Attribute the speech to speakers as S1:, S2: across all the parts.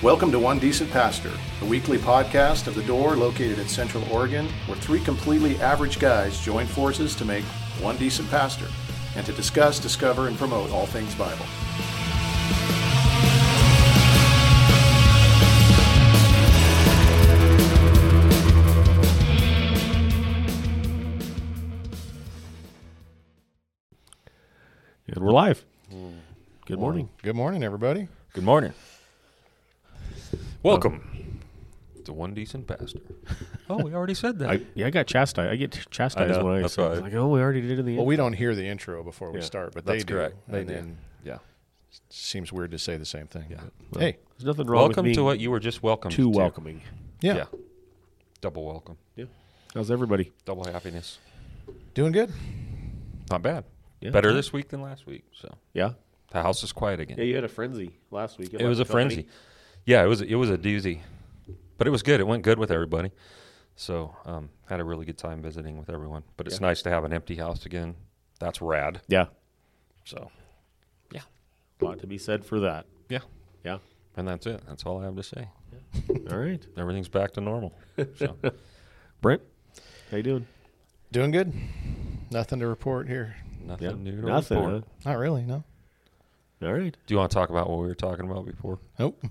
S1: Welcome to One Decent Pastor, a weekly podcast of The Door located in Central Oregon, where three completely average guys join forces to make one decent pastor and to discuss, discover, and promote all things Bible.
S2: And we're live. Good morning.
S3: Good morning, everybody.
S4: Hmm. Good morning. Welcome to One Decent Pastor. Oh, we already said that.
S2: I, yeah, I got chastised. I get chastised
S4: I know,
S2: when I
S4: that's
S2: say-
S4: why.
S2: it's like, oh, we already did it in the
S3: Well, we don't hear the intro before we
S2: Yeah,
S3: start, but
S4: That's
S3: they do.
S4: correct. They
S3: and
S4: do.
S3: then
S4: Yeah.
S3: it seems weird to say the same thing. Yeah.
S2: Well,
S3: hey,
S2: There's nothing wrong
S4: Welcome
S2: with
S4: to
S2: being
S4: what you were just welcomed
S2: too
S4: to.
S2: welcoming.
S3: yeah,
S4: Yeah. Double welcome.
S2: Yeah. How's everybody?
S4: Double happiness.
S3: doing good.
S4: Not bad.
S2: Yeah.
S4: Better this week than last week. So
S2: Yeah.
S4: the house is quiet again.
S2: Yeah, you had a frenzy last week.
S4: it was a frenzy. Yeah, it was it was a doozy. But it was good. It went good with everybody. So um, had a really good time visiting with everyone. But it's nice to have an empty house again. That's rad.
S2: Yeah.
S4: So yeah.
S2: A lot to be said for that.
S4: Yeah.
S2: Yeah.
S4: And that's it. That's all I have to say.
S2: All right.
S4: Everything's back to normal. So
S2: Brent, how you doing?
S3: Doing good. Nothing to report here.
S4: nothing new to
S2: Nothing.
S4: report.
S2: huh?
S3: Not really. No.
S2: All right.
S4: Do you want to talk about what we were talking about before?
S3: Nope.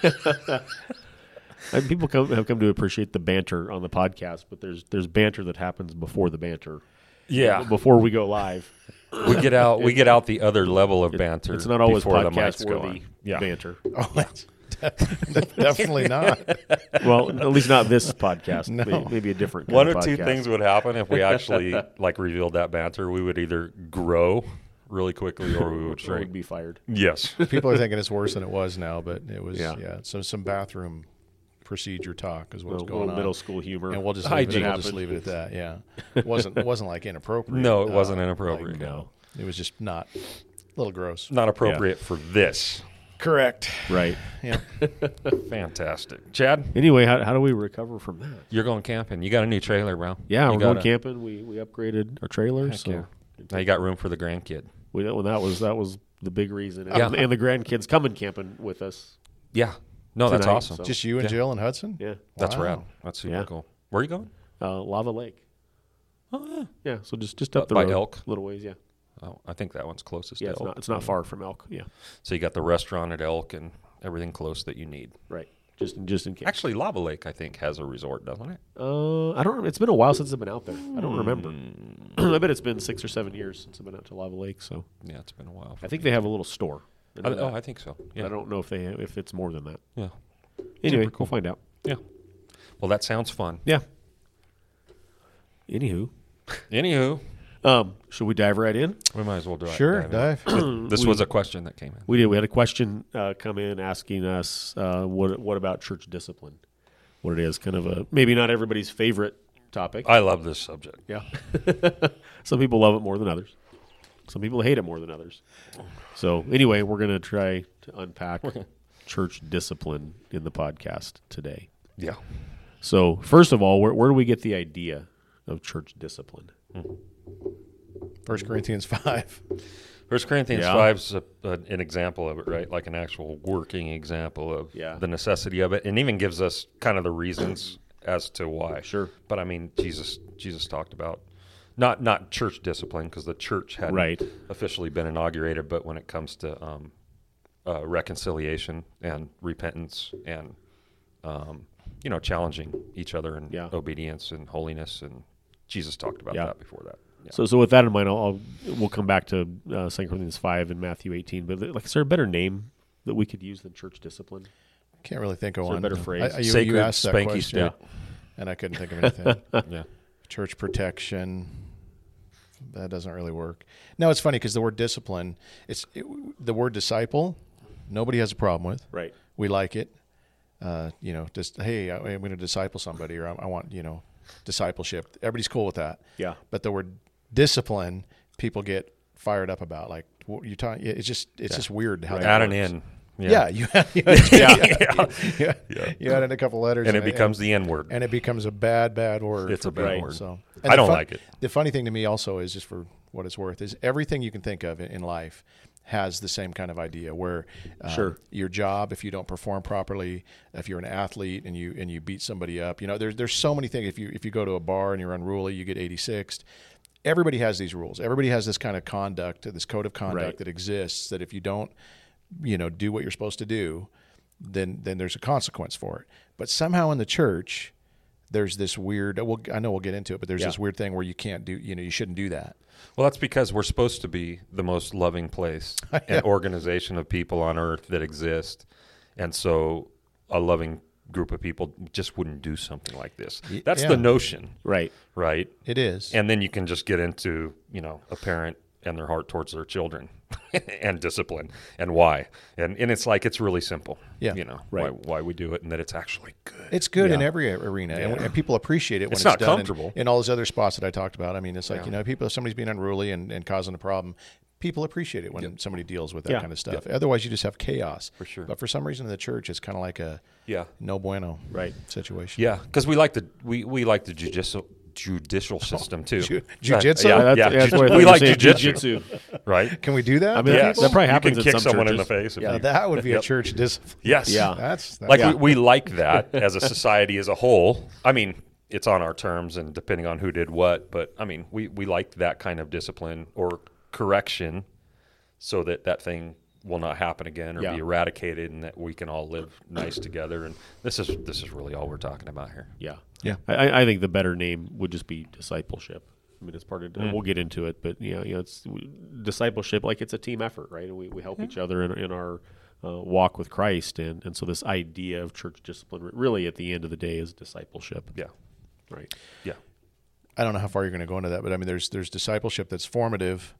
S2: I mean, people come, have come to appreciate the banter on the podcast, but there's there's banter that happens before the banter,
S4: Yeah,
S2: before we go live.
S4: we get out. We get out the other level of banter.
S2: It's not always
S4: before the mics
S2: podcast
S4: go
S2: worthy
S4: on. Yeah,
S2: banter.
S3: oh, that's definitely not.
S2: well, at least not this podcast.
S3: No.
S2: Maybe, maybe a different kind
S4: one or
S2: of
S4: two
S2: podcast.
S4: things would happen if we actually like revealed that banter. We would either grow really quickly or we would
S2: Or would
S4: shrink.
S2: be fired.
S4: Yes,
S3: People are thinking it's worse than it was now, but it was.
S2: Yeah.
S3: Yeah. So some bathroom procedure talk is what's
S2: Little-
S3: going
S2: little
S3: on.
S2: middle school humor.
S3: and we'll just leave it,
S2: Hygiene
S3: we'll just
S2: happened.
S3: leave it at that. Yeah. It wasn't wasn't like inappropriate.
S4: no, it
S3: Uh,
S4: wasn't inappropriate.
S2: No,
S3: It was just not. A little gross.
S4: Not appropriate for this.
S3: Correct.
S2: right.
S3: Yeah.
S4: Fantastic, Chad.
S2: Anyway, how, how do we recover from that?
S4: You're going camping. You got a new trailer, bro.
S2: Yeah,
S4: You
S2: we're
S4: got
S2: going
S4: a-
S2: camping. We we upgraded our trailer, so
S4: Now you got room for the grandkid.
S2: we, well, that was that was the big reason. And,
S4: Yeah.
S2: and the grandkids coming camping with us.
S4: Yeah. No, that's
S2: Tonight,
S4: awesome.
S2: so-
S3: Just you and Jill and Hudson.
S2: Yeah,
S4: That's
S3: Wow.
S4: rad. That's super
S2: Yeah.
S4: cool. Where are you going?
S2: uh, Lava Lake. Oh yeah, yeah. So just just up the
S4: by
S2: road,
S4: Elk?
S2: little ways. Yeah,
S4: Oh, I think that one's closest
S2: yeah.
S4: to
S2: It's
S4: Elk.
S2: not it's not far from Elk. Yeah,
S4: So you got the restaurant at Elk and everything close that you need.
S2: right. Just in just in case.
S4: Actually, Lava Lake, I think, has a resort, doesn't it?
S2: Uh, I don't. rem- It's been a while since I've been out there. I don't remember.
S4: Hmm.
S2: I bet it's been six or seven years since I've been out to Lava Lake. So
S4: Yeah, it's been a while.
S2: I think they have a little store. in
S4: I,
S2: there.
S4: oh, I think so. Yeah.
S2: I don't know if they if it's more than that.
S4: yeah.
S2: Anyway, we'll find out.
S4: Yeah. Well, that sounds fun.
S2: Yeah. Anywho,
S4: Anywho,
S2: um, should we dive right in?
S4: we might as well do it.
S3: Sure, dive.
S4: This was a question that came in.
S2: We did. We had a question uh, come in asking us uh, what what about church discipline? What it is, kind of a maybe not everybody's favorite topic.
S4: I love this subject.
S2: yeah. Some people love it more than others. Some people hate it more than others. So anyway, we're gonna try to unpack church discipline in the podcast today.
S4: Yeah.
S2: So first of all, where, where do we get the idea of church discipline?
S3: First Corinthians five.
S4: First Corinthians
S2: Yeah.
S4: 5 is a, a- an example of it, right? Like an actual working example of
S2: Yeah.
S4: the necessity of it, and even gives us kind of the reasons as to why.
S2: Sure.
S4: But I mean, Jesus Jesus talked about not not church discipline because the church hadn't
S2: Right.
S4: officially been inaugurated, but when it comes to um, uh, reconciliation and repentance and um, you know challenging each other in
S2: Yeah.
S4: obedience and holiness, and Jesus talked about
S2: Yeah.
S4: that before that. Yeah.
S2: So, so with that in mind, I'll, I'll we'll come back to uh, Second Corinthians five and Matthew eighteen. But like, is there a better name that we could use than church discipline?
S3: Can't really think of
S2: there a
S3: one.
S2: better phrase?
S3: I- I- you,
S4: Sacred
S3: you asked that
S4: spanky
S3: question,
S4: stick.
S3: and I couldn't think of anything.
S4: yeah.
S3: Church protection. That doesn't really work. No, it's funny because the word discipline. It's it, the word disciple. Nobody has a problem with.
S2: Right.
S3: We like it. Uh, you know, just hey, I, I'm going to disciple somebody, or I, I want you know, discipleship. Everybody's cool with that.
S2: Yeah.
S3: But the word discipline, people get fired up about. Like what you're talking. It's just it's just weird how that
S4: Add an
S3: works.
S4: in.
S3: Yeah, you had, you had, You, you added a couple letters,
S4: and it becomes the N word.
S3: and it becomes a bad, bad word.
S4: It's
S3: for
S4: a bad
S2: Right.
S4: word.
S3: So
S4: I
S3: and the
S4: don't
S3: fun-
S4: like it.
S3: The funny thing to me also is just for what it's worth is everything you can think of in- in life has the same kind of idea where um,
S2: Sure.
S3: your job if you don't perform properly if you're an athlete and you and you beat somebody up you know there's there's so many things if you if you go to a bar and you're unruly you get 86th everybody has these rules everybody has this kind of conduct this code of conduct
S2: Right.
S3: that exists that if you don't you know do what you're supposed to do then then there's a consequence for it but somehow in the church there's this weird well I know we'll get into it but there's
S2: Yeah.
S3: this weird thing where you can't do you know you shouldn't do that
S4: Well, that's because we're supposed to be the most loving place and organization of people on earth that exist. And so a loving group of people just wouldn't do something like this. That's
S3: yeah.
S4: the notion,
S2: Right.
S4: right?
S3: it is
S4: And then you can just get into, you know, a parent and their heart towards their children and discipline and why. And and it's like it's really simple.
S3: Yeah.
S4: You know,
S2: Right.
S4: why why we do it and that it's actually good.
S3: It's good in every arena, and, and people appreciate it when it's,
S4: It's not
S3: done in-
S4: comfortable.
S3: In, all those other spots that I talked about, I mean, it's like you know, people if somebody's being unruly and, and causing a problem, people appreciate it when somebody deals with that
S2: Yeah.
S3: kind of stuff. Otherwise, you just have chaos. For
S4: sure.
S3: But for some reason, in the church, it's kind of like a
S4: Yeah.
S3: no bueno
S2: Right.
S3: situation.
S4: Yeah, cuz we like the we we like the judicial
S2: Oh,
S4: judicial system too.
S3: Ju-
S4: Yeah,
S3: jujitsu?
S4: yeah,
S2: Yeah, Uh, that's,
S4: yeah,
S2: that's
S4: ju-
S2: what I
S4: we
S2: thought
S4: like
S2: you were saying,
S4: jujitsu,
S2: jujitsu.
S4: right?
S3: Can we do that?
S2: mean,
S3: to
S2: that's-
S4: Yes.
S3: people?
S2: that probably
S4: You
S2: happens
S4: can
S2: in
S4: kick
S2: some
S4: someone in the
S2: churches.
S4: face. if
S3: Now,
S4: you-
S3: that would be a church discipline.
S4: yes.
S2: Yeah.
S3: That's, that's
S4: Like
S2: Yeah.
S4: we, we like that as a society as a whole. I mean, it's on our terms and depending on who did what, but I mean, we, we like that kind of discipline or correction so that that thing will not happen again or
S2: Yeah.
S4: be eradicated and that we can all live nice together. And this is, this is really all we're talking about here.
S2: Yeah.
S3: Yeah.
S2: I- I, I think the better name would just be discipleship. I mean, it's part of, and we'll get into it, but yeah, you know, it's discipleship, like it's a team effort, right? And we, we help each other in, in our uh, walk with Christ. And, and so this idea of church discipline really at the end of the day is discipleship.
S4: Yeah.
S2: Right.
S4: Yeah.
S3: I don't know how far you're going to go into that, but I mean, there's there's discipleship that's formative,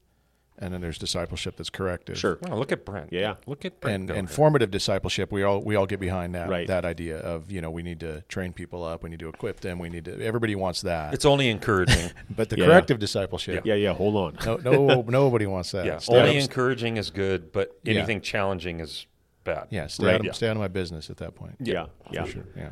S3: and then there's discipleship that's corrective.
S2: Sure.
S4: Wow, look at Brent.
S2: Yeah.
S4: Look at Brent.
S3: and,
S4: go
S3: and
S4: here.
S3: formative discipleship we all we all get behind that
S2: Right.
S3: that idea of you know we need to train people up we need to equip them we need to everybody wants that
S4: it's only encouraging.
S3: but the
S2: Yeah.
S3: corrective discipleship
S2: Yeah. Yeah. Hold on.
S3: no no nobody wants that
S4: yeah.
S3: stay, out
S4: Only
S3: of,
S4: encouraging is good, but
S3: Yeah.
S4: anything challenging is bad.
S3: yeah, stay,
S2: Right.
S3: out of,
S2: Yeah.
S3: stay out of my business at that point
S2: yeah. Yeah.
S3: yeah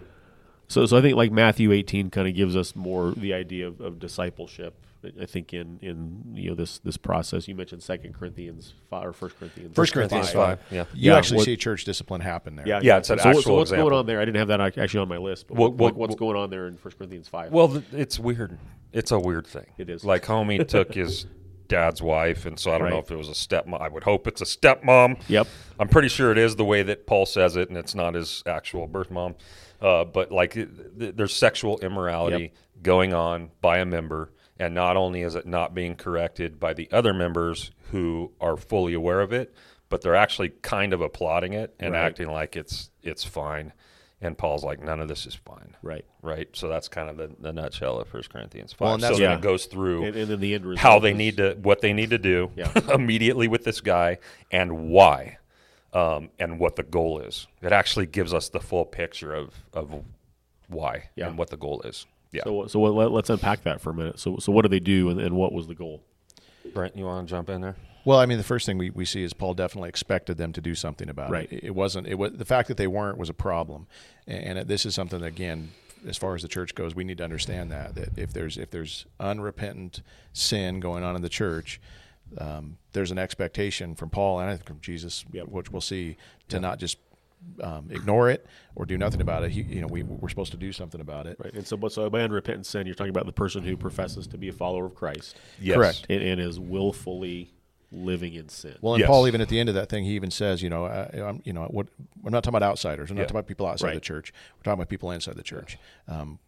S2: So, so I think like Matthew 18 kind of gives us more the idea of, of discipleship. I- I think in, in you know this this process you mentioned Second Corinthians five or First Corinthians
S3: First Corinthians
S4: five.
S3: five.
S4: Yeah.
S3: you
S2: Yeah,
S3: actually
S2: what-
S3: see church discipline happen there
S2: Yeah,
S4: Yeah, it's an
S2: so, what- so
S4: actual
S2: what's
S4: example.
S2: going on there? I didn't have that ac- actually on my list. But what,
S4: What-
S2: like,
S4: what-
S2: what's going on there in First Corinthians five?
S4: Well, th- it's weird. It's a weird thing.
S2: It is.
S4: Like homie took his dad's wife, and so I don't know
S2: Right.
S4: if it was a stepmom. I would hope it's a stepmom.
S2: Yep.
S4: I'm pretty sure it is the way that Paul says it, and it's not his actual birth mom. Uh, but like, it, th- there's sexual immorality going on by a member, and not only is it not being corrected by the other members who are fully aware of it, but they're actually kind of applauding it and acting like it's it's fine. And Paul's like, none of this is fine
S2: right,
S4: right? So that's kind of the, the nutshell of First Corinthians five.
S3: Well, and that's
S4: so then
S2: what-
S4: it goes through
S2: and, and then the end result.
S4: how they
S2: is-
S4: need to, what they need to do
S2: Yeah.
S4: immediately with this guy, and why, um, and what the goal is. It actually gives us the full picture of of why
S2: Yeah.
S4: and what the goal is. Yeah,
S2: So, so what, let, us unpack that for a minute. So, so what do they do, and, and what was the goal?
S4: Brent, you want to jump in there?
S3: Well, I mean, the first thing we, we see is Paul definitely expected them to do something about
S2: Right.
S3: it. It wasn't it was the fact that they weren't was a problem, and, and this is something that, again, as far as the church goes, we need to understand that that if there's if there's unrepentant sin going on in the church, um, there's an expectation from Paul and I think from Jesus, which we'll see, to not just um, ignore it or do nothing about it. He, you know, we we're supposed to do something about it.
S2: Right, and so, but so by unrepentant sin, you're talking about the person who professes to be a follower of Christ,
S4: Yes.
S3: Correct.
S2: and, and is willfully living in sin.
S3: Well, and
S4: Yes.
S3: Paul, even at the end of that thing, he even says, you know, I, I'm, you know, what we're not talking about outsiders. We're not
S4: Yeah.
S3: talking about people outside
S2: Right.
S3: the church. We're talking about people inside the church. Um,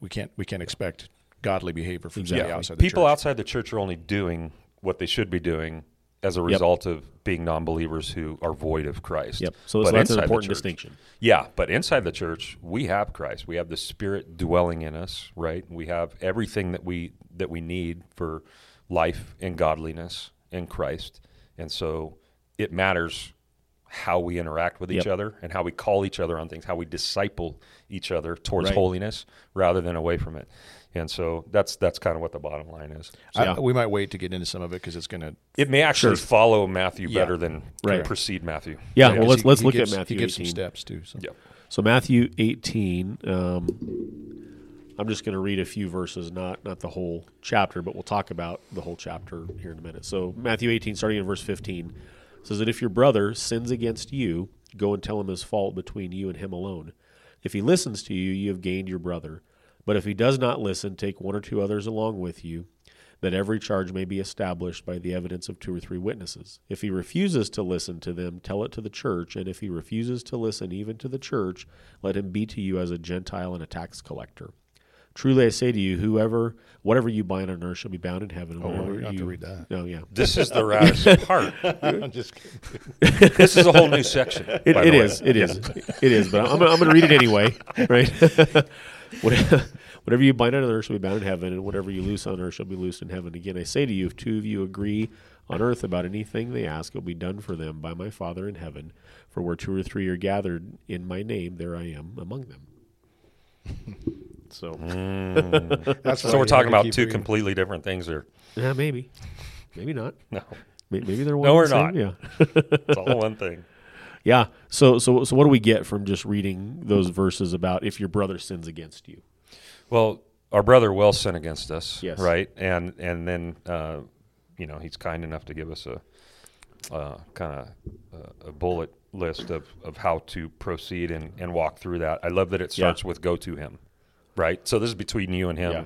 S3: we can't we can't expect godly behavior from somebody outside the
S4: people
S3: church.
S4: outside the church are only doing what they should be doing as a result of being non-believers who are void of Christ.
S2: Yep. So- so
S4: But
S2: that's an
S4: inside the
S2: important
S4: church-
S2: distinction.
S4: Yeah, but inside the church, we have Christ. We have the Spirit dwelling in us, right? We have everything that we that we need for life and godliness in Christ. And so it matters how we interact with each
S2: Yep.
S4: other and how we call each other on things, how we disciple each other towards
S2: Right.
S4: holiness rather than away from it. And so that's that's kind of what the bottom line is.
S3: I-
S2: Yeah.
S3: we might wait to get into some of it because it's going to.
S4: It may actually follow Matthew
S3: Yeah.
S4: better than
S2: Right.
S4: precede Matthew.
S2: yeah, well, let's let's look
S3: gives,
S2: at Matthew
S3: He gives
S2: 18.
S3: some steps too. So.
S4: Yeah.
S2: So Matthew 18. Um, I'm just going to read a few verses, not not the whole chapter, but we'll talk about the whole chapter here in a minute. So Matthew 18, starting in verse 15. says that if your brother sins against you, go and tell him his fault between you and him alone. If he listens to you, you have gained your brother. But if he does not listen, take one or two others along with you, that every charge may be established by the evidence of two or three witnesses. If he refuses to listen to them, tell it to the church, and if he refuses to listen even to the church, let him be to you as a Gentile and a tax collector. Truly I say to you, whoever whatever you bind on earth shall be bound in heaven. and
S3: we
S2: whatever
S3: don't Oh, have to
S2: you-
S3: read that.
S2: No, yeah.
S4: This is the raddest part.
S3: I'm just kidding.
S4: This is a whole new section.
S2: It,
S4: by
S2: it
S4: the way.
S2: is. It is. It is. But I'm, gonna- I'm going to read it anyway, right? What- whatever you bind on earth shall be bound in heaven, and whatever you loose on earth shall be loosed in heaven. Again, I say to you, if two of you agree on earth about anything they ask, it will be done for them by my Father in heaven. For where two or three are gathered in my name, there I am among them. So,
S3: That's why
S4: So
S3: you
S4: we're
S3: have
S4: talking
S3: to
S4: about
S3: keep
S4: two
S3: reading.
S4: completely different things here.
S2: yeah, maybe. Maybe not.
S4: No,
S2: May- Maybe they're one.
S4: No,
S2: and
S4: we're
S2: the same,
S4: not.
S2: Yeah.
S4: it's all one thing.
S2: Yeah. So so so what do we get from just reading those verses about if your brother sins against you?
S4: Well, our brother will sin against us,
S2: Yes.
S4: right? And and then uh, you know he's kind enough to give us a uh, kind of uh, a bullet list of, of how to proceed and, and walk through that. I love that it
S2: Yeah.
S4: starts with go to him, right? So this is between you and him
S2: Yeah.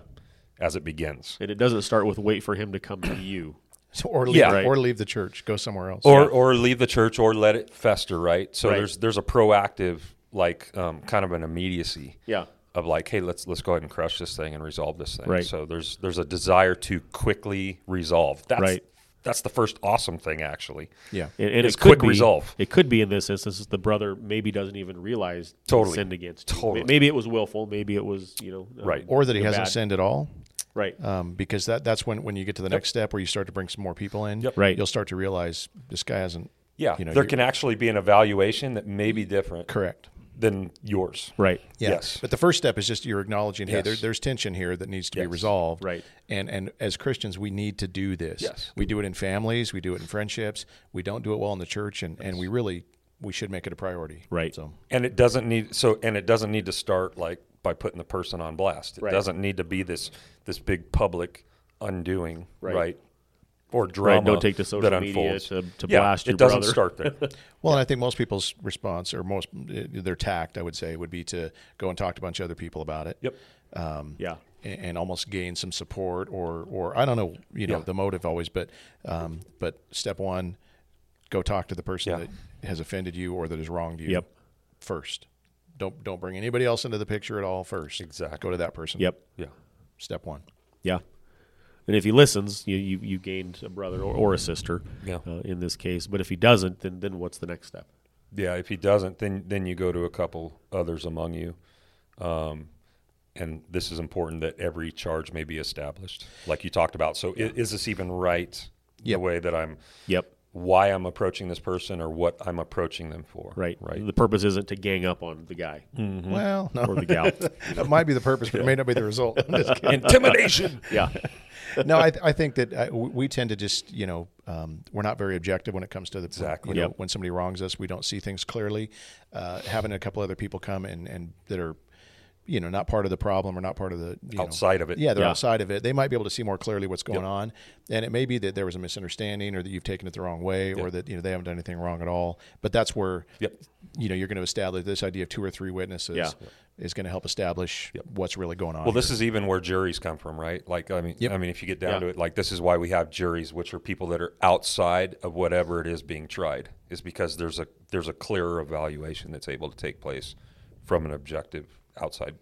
S4: as it begins,
S2: And it doesn't start with wait for him to come to you.
S3: So- or leave,
S4: Yeah, right.
S3: or leave the church, go somewhere else.
S4: or or leave the church or let it fester, right? So
S2: Right.
S4: there's there's a proactive like um, kind of an immediacy.
S2: Yeah.
S4: of like, hey, let's let's go ahead and crush this thing and resolve this thing.
S2: Right.
S4: So there's there's a desire to quickly resolve. That's
S2: Right.
S4: that's the first awesome thing actually.
S3: yeah,
S2: And, and
S4: It's
S2: it could
S4: quick
S2: be,
S4: resolve.
S2: It could be in this instance the brother maybe doesn't even realize he
S4: Totally.
S2: sinned against. you.
S4: Totally.
S2: Maybe it was willful. Maybe it was you know um,
S4: Right.
S3: or that he
S2: a
S3: hasn't
S2: bad-
S3: sinned at all.
S2: Right.
S3: um, because that that's when when you get to the next step where you start to bring some more people in.
S4: Yep.
S2: Right.
S3: You'll start to realize this guy hasn't.
S4: Yeah.
S3: You know,
S4: there
S3: you-
S4: can actually be an evaluation that may be different
S3: Correct.
S4: than yours.
S2: right.
S3: Yeah.
S4: Yes.
S3: But the first step is just you're acknowledging, hey,
S4: Yes.
S3: there, there's tension here that needs to be
S4: Yes.
S3: resolved.
S2: Right.
S3: And and as Christians, we need to do this.
S4: Yes.
S3: We do it in families. We do it in friendships. We don't do it well in the church, and and we really we should make it a priority.
S2: Right.
S3: So
S4: And it doesn't need so and it doesn't need to start like by putting the person on blast. It
S2: Right.
S4: doesn't need to be this this big public undoing,
S2: Right.
S4: right? Or drama.
S2: Don't take to social
S4: that
S2: media
S4: unfolds.
S2: to- to
S4: Yeah,
S2: blast your
S4: It doesn't
S2: brother.
S4: start there.
S3: well, and I think most people's response or most eh, their tact, I would say, would be to go and talk to a bunch of other people about it.
S4: yep.
S2: Yeah.
S3: and, and almost gain some support or or I don't know you know
S4: Yeah.
S3: the motive always but um, but step one go talk to the person
S4: Yeah.
S3: that has offended you or that has wronged you
S2: Yep.
S3: first don't don't bring anybody else into the picture at all first
S4: Exactly.
S3: go to that person
S2: Yep.
S4: Yeah.
S3: step one
S2: Yeah. And if he listens, you you, you gained a brother or, or a sister
S4: Yeah.
S2: uh, in this case. But if he doesn't, then then what's the next step?
S4: Yeah, if he doesn't, then then you go to a couple others among you, um, and this is important that every charge may be established, like you talked about. So, i- is, this even right?
S3: Yep.
S4: The way that I'm,
S2: Yep.
S4: why I'm approaching this person, or what I'm approaching them for.
S2: Right.
S4: Right.
S2: The purpose isn't to gang up on the guy
S3: well no
S2: or the gal.
S3: that might be the purpose but it may not be the result I'm just kidding.
S4: Intimidation.
S2: yeah.
S3: no I, I think that I, we we tend to just you know um, we're not very objective when it comes to the
S4: Exactly.
S3: you know,
S2: Yep.
S3: when somebody wrongs us, we don't see things clearly. Uh, having a couple other people come and, and that are, you know, not part of the problem or not part of the you know-
S4: Outside of it.
S3: Yeah, they're
S2: Yeah.
S3: outside of it. They might be able to see more clearly what's going on, and it may be that there was a misunderstanding or that you've taken it the wrong way or that you know they haven't done anything wrong at all. But that's where
S4: Yep.
S3: you know you're going to establish this idea of two or three witnesses
S2: Yeah.
S3: is going to help establish what's really going on.
S4: Well, this is even where juries come from, right? Like, I mean, I mean, if you get down
S2: Yeah.
S4: to it, like this is why we have juries, which are people that are outside of whatever it is being tried, is because there's a there's a clearer evaluation that's able to take place from an objective outside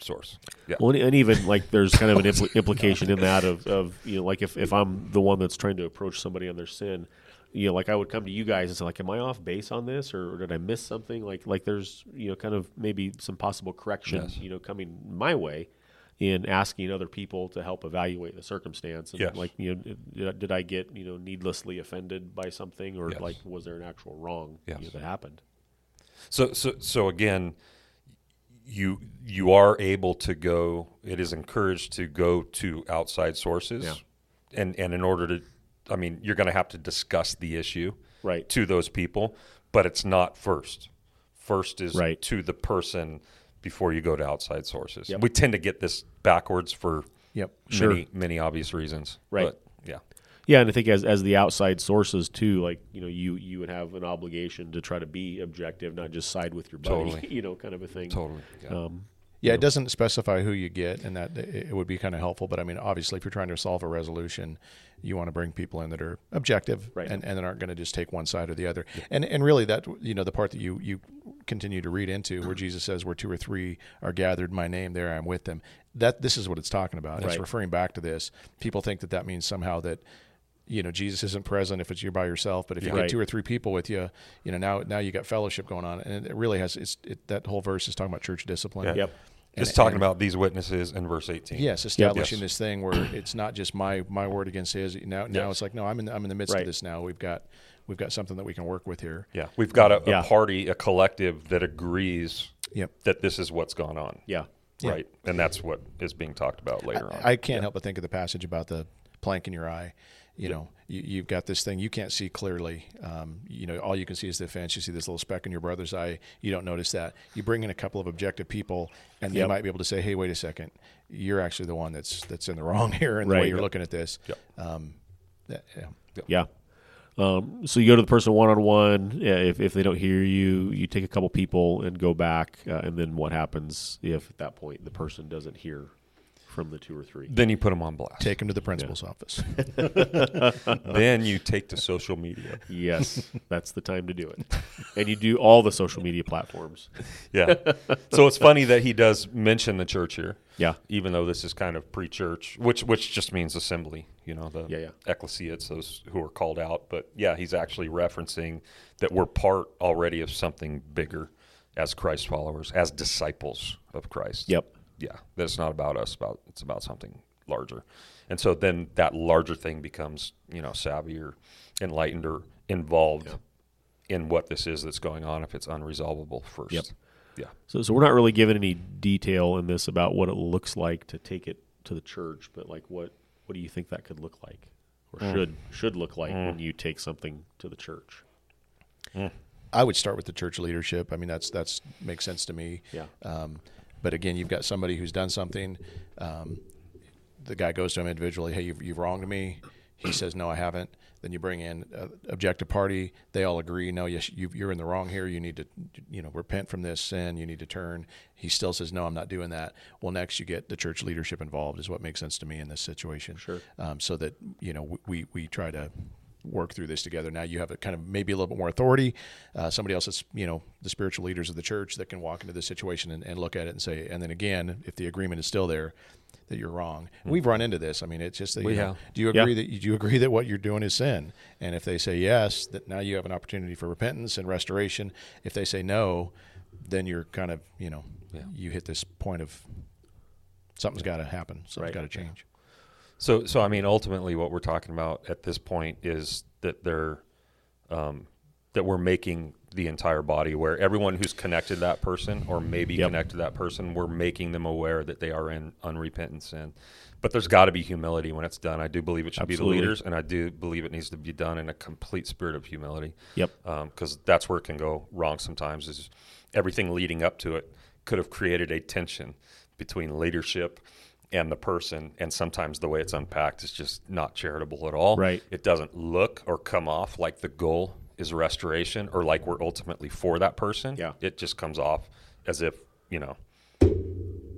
S4: source. Yeah,
S2: Well, and- and even like there's kind of an impl- implication in that of, of you know like if, if I'm the one that's trying to approach somebody on their sin, you know like I would come to you guys and say like, am I off base on this or, did I miss something? Like like there's you know kind of maybe some possible correction you know coming my way in asking other people to help evaluate the circumstance and
S4: Yes.
S2: like you know did I, did I get you know needlessly offended by something or
S4: Yes.
S2: like was there an actual wrong you know,
S4: Yes.
S2: that happened?
S4: So so so again, you you are able to go. It is encouraged to go to outside sources,
S2: Yeah.
S4: and and in order to, I mean, you're going to have to discuss the issue
S2: Right.
S4: to those people, but it's not first. First is
S2: Right.
S4: to the person before you go to outside sources. We tend to get this backwards for
S3: yep.
S4: many many obvious reasons,
S2: Right.
S4: But yeah.
S2: Yeah, and I think as as the outside sources too, like you know, you you would have an obligation to try to be objective, not just side with your buddy,
S4: Totally.
S2: you know, kind of a thing.
S4: Totally. Yeah.
S2: Um,
S3: Yeah, it doesn't specify who you get, and that it it would be kind of helpful. But I mean, obviously, if you're trying to solve a resolution, you want to bring people in that are objective
S2: Right.
S3: and, and that aren't going to just take one side or the other. And and really, that you know, the part that you you continue to read into, where Jesus says, "Where two or three are gathered, in my name there I am with them." That this is what it's talking about. It's
S2: Right.
S3: referring back to this. People think that that means somehow that. You know, Jesus isn't present if it's you're by yourself, but if you
S2: Yeah.
S3: get two
S2: Right.
S3: or three people with you, you know now now you got fellowship going on, and it really has it's it, that whole verse is talking about church discipline.
S4: Yeah.
S2: Yep.
S4: Just talking about these witnesses in verse 18.
S3: Yes, establishing
S4: Yes.
S3: this thing where it's not just my my word against his. Now now
S4: Yes.
S3: it's like no, I'm in I'm in the midst
S2: Right.
S3: of this now. We've got we've got something that we can work with here.
S4: Yeah. We've got a,
S2: Yeah.
S4: a party, a collective that agrees
S3: Yep.
S4: that this is what's gone on.
S2: yeah.
S3: Yeah.
S4: Right. And that's what is being talked about later on.
S3: I can't help but think of the passage about the plank in your eye. You know, you, you've got this thing you can't see clearly. Um, you know, all you can see is the fence. You see this little speck in your brother's eye. You don't notice that. You bring in a couple of objective people, and they
S2: Yep.
S3: might be able to say, "Hey, wait a second, you're actually the one that's that's in the wrong here, and the
S2: Right.
S3: way you're looking at this." Um, that- yeah.
S2: Yeah. Um, so you go to the person one on one. If if they don't hear you, you take a couple people and go back. Uh, and then what happens if at that point the person doesn't hear from the two or three?
S4: Then you put them on blast.
S3: Take him to the principal's office.
S4: then you take to social media.
S2: Yes, that's the time to do it. And you do all the social media platforms.
S4: Yeah. so it's funny that he does mention the church here.
S2: Yeah.
S4: Even though this is kind of pre-church, which which just means assembly, you know, the
S2: Yeah, yeah.
S4: ecclesia, it's those who are called out. But yeah, he's actually referencing that we're part already of something bigger as Christ followers, as disciples of Christ.
S2: Yep.
S4: Yeah. That it's not about us, about it's about something larger. And so then that larger thing becomes, you know, savvy or enlightened or involved in what this is that's going on if it's unresolvable first.
S2: Yep.
S4: Yeah.
S2: So, so we're not really given any detail in this about what it looks like to take it to the church, but like what what do you think that could look like, or
S4: Mm.
S2: should should look like when you take something to the church?
S3: I would start with the church leadership. I mean, that's that's makes sense to me.
S2: Yeah.
S3: Um, but again, you've got somebody who's done something. Um, the guy goes to him individually. Hey, you've, you've wronged me. He says, No, I haven't. Then you bring in uh, objective party. They all agree. No, yes, you, you're in the wrong here. You need to, you know, repent from this sin. You need to turn. He still says, No, I'm not doing that. Well, next you get the church leadership involved. Is what makes sense to me in this situation. Sure. Um, so that you know we we try to work through this together. Now you have a kind of maybe a little bit more authority, uh, somebody else that's you know the spiritual leaders of the church that can walk into this situation and, and look at it and say, and then again, if the agreement is still there, that you're wrong. We've run into this. I mean, it's just that you know,
S4: have.
S3: do you agree
S2: Hmm. Yeah.
S3: that do you agree that what you're doing is sin? And if they say yes, that now you have an opportunity for repentance and restoration. If they say no, then you're kind of you know you hit this point of something's got to happen, something's
S2: Right.
S3: got to change.
S4: So, so I mean, ultimately, what we're talking about at this point is that they're, um, that we're making the entire body aware. Everyone who's connected to that person, or maybe
S2: Yep.
S4: connected to that person, we're making them aware that they are in unrepentant sin. But there's got to be humility when it's done. I do believe it should
S2: Absolutely.
S4: be the leaders, and I do believe it needs to be done in a complete spirit of humility.
S2: Yep.
S4: Because Um, that's where it can go wrong sometimes. Is everything leading up to it could have created a tension between leadership and the person, and sometimes the way it's unpacked is just not charitable at all.
S2: Right.
S4: It doesn't look or come off like the goal is restoration or like we're ultimately for that person.
S2: Yeah.
S4: It just comes off as if you know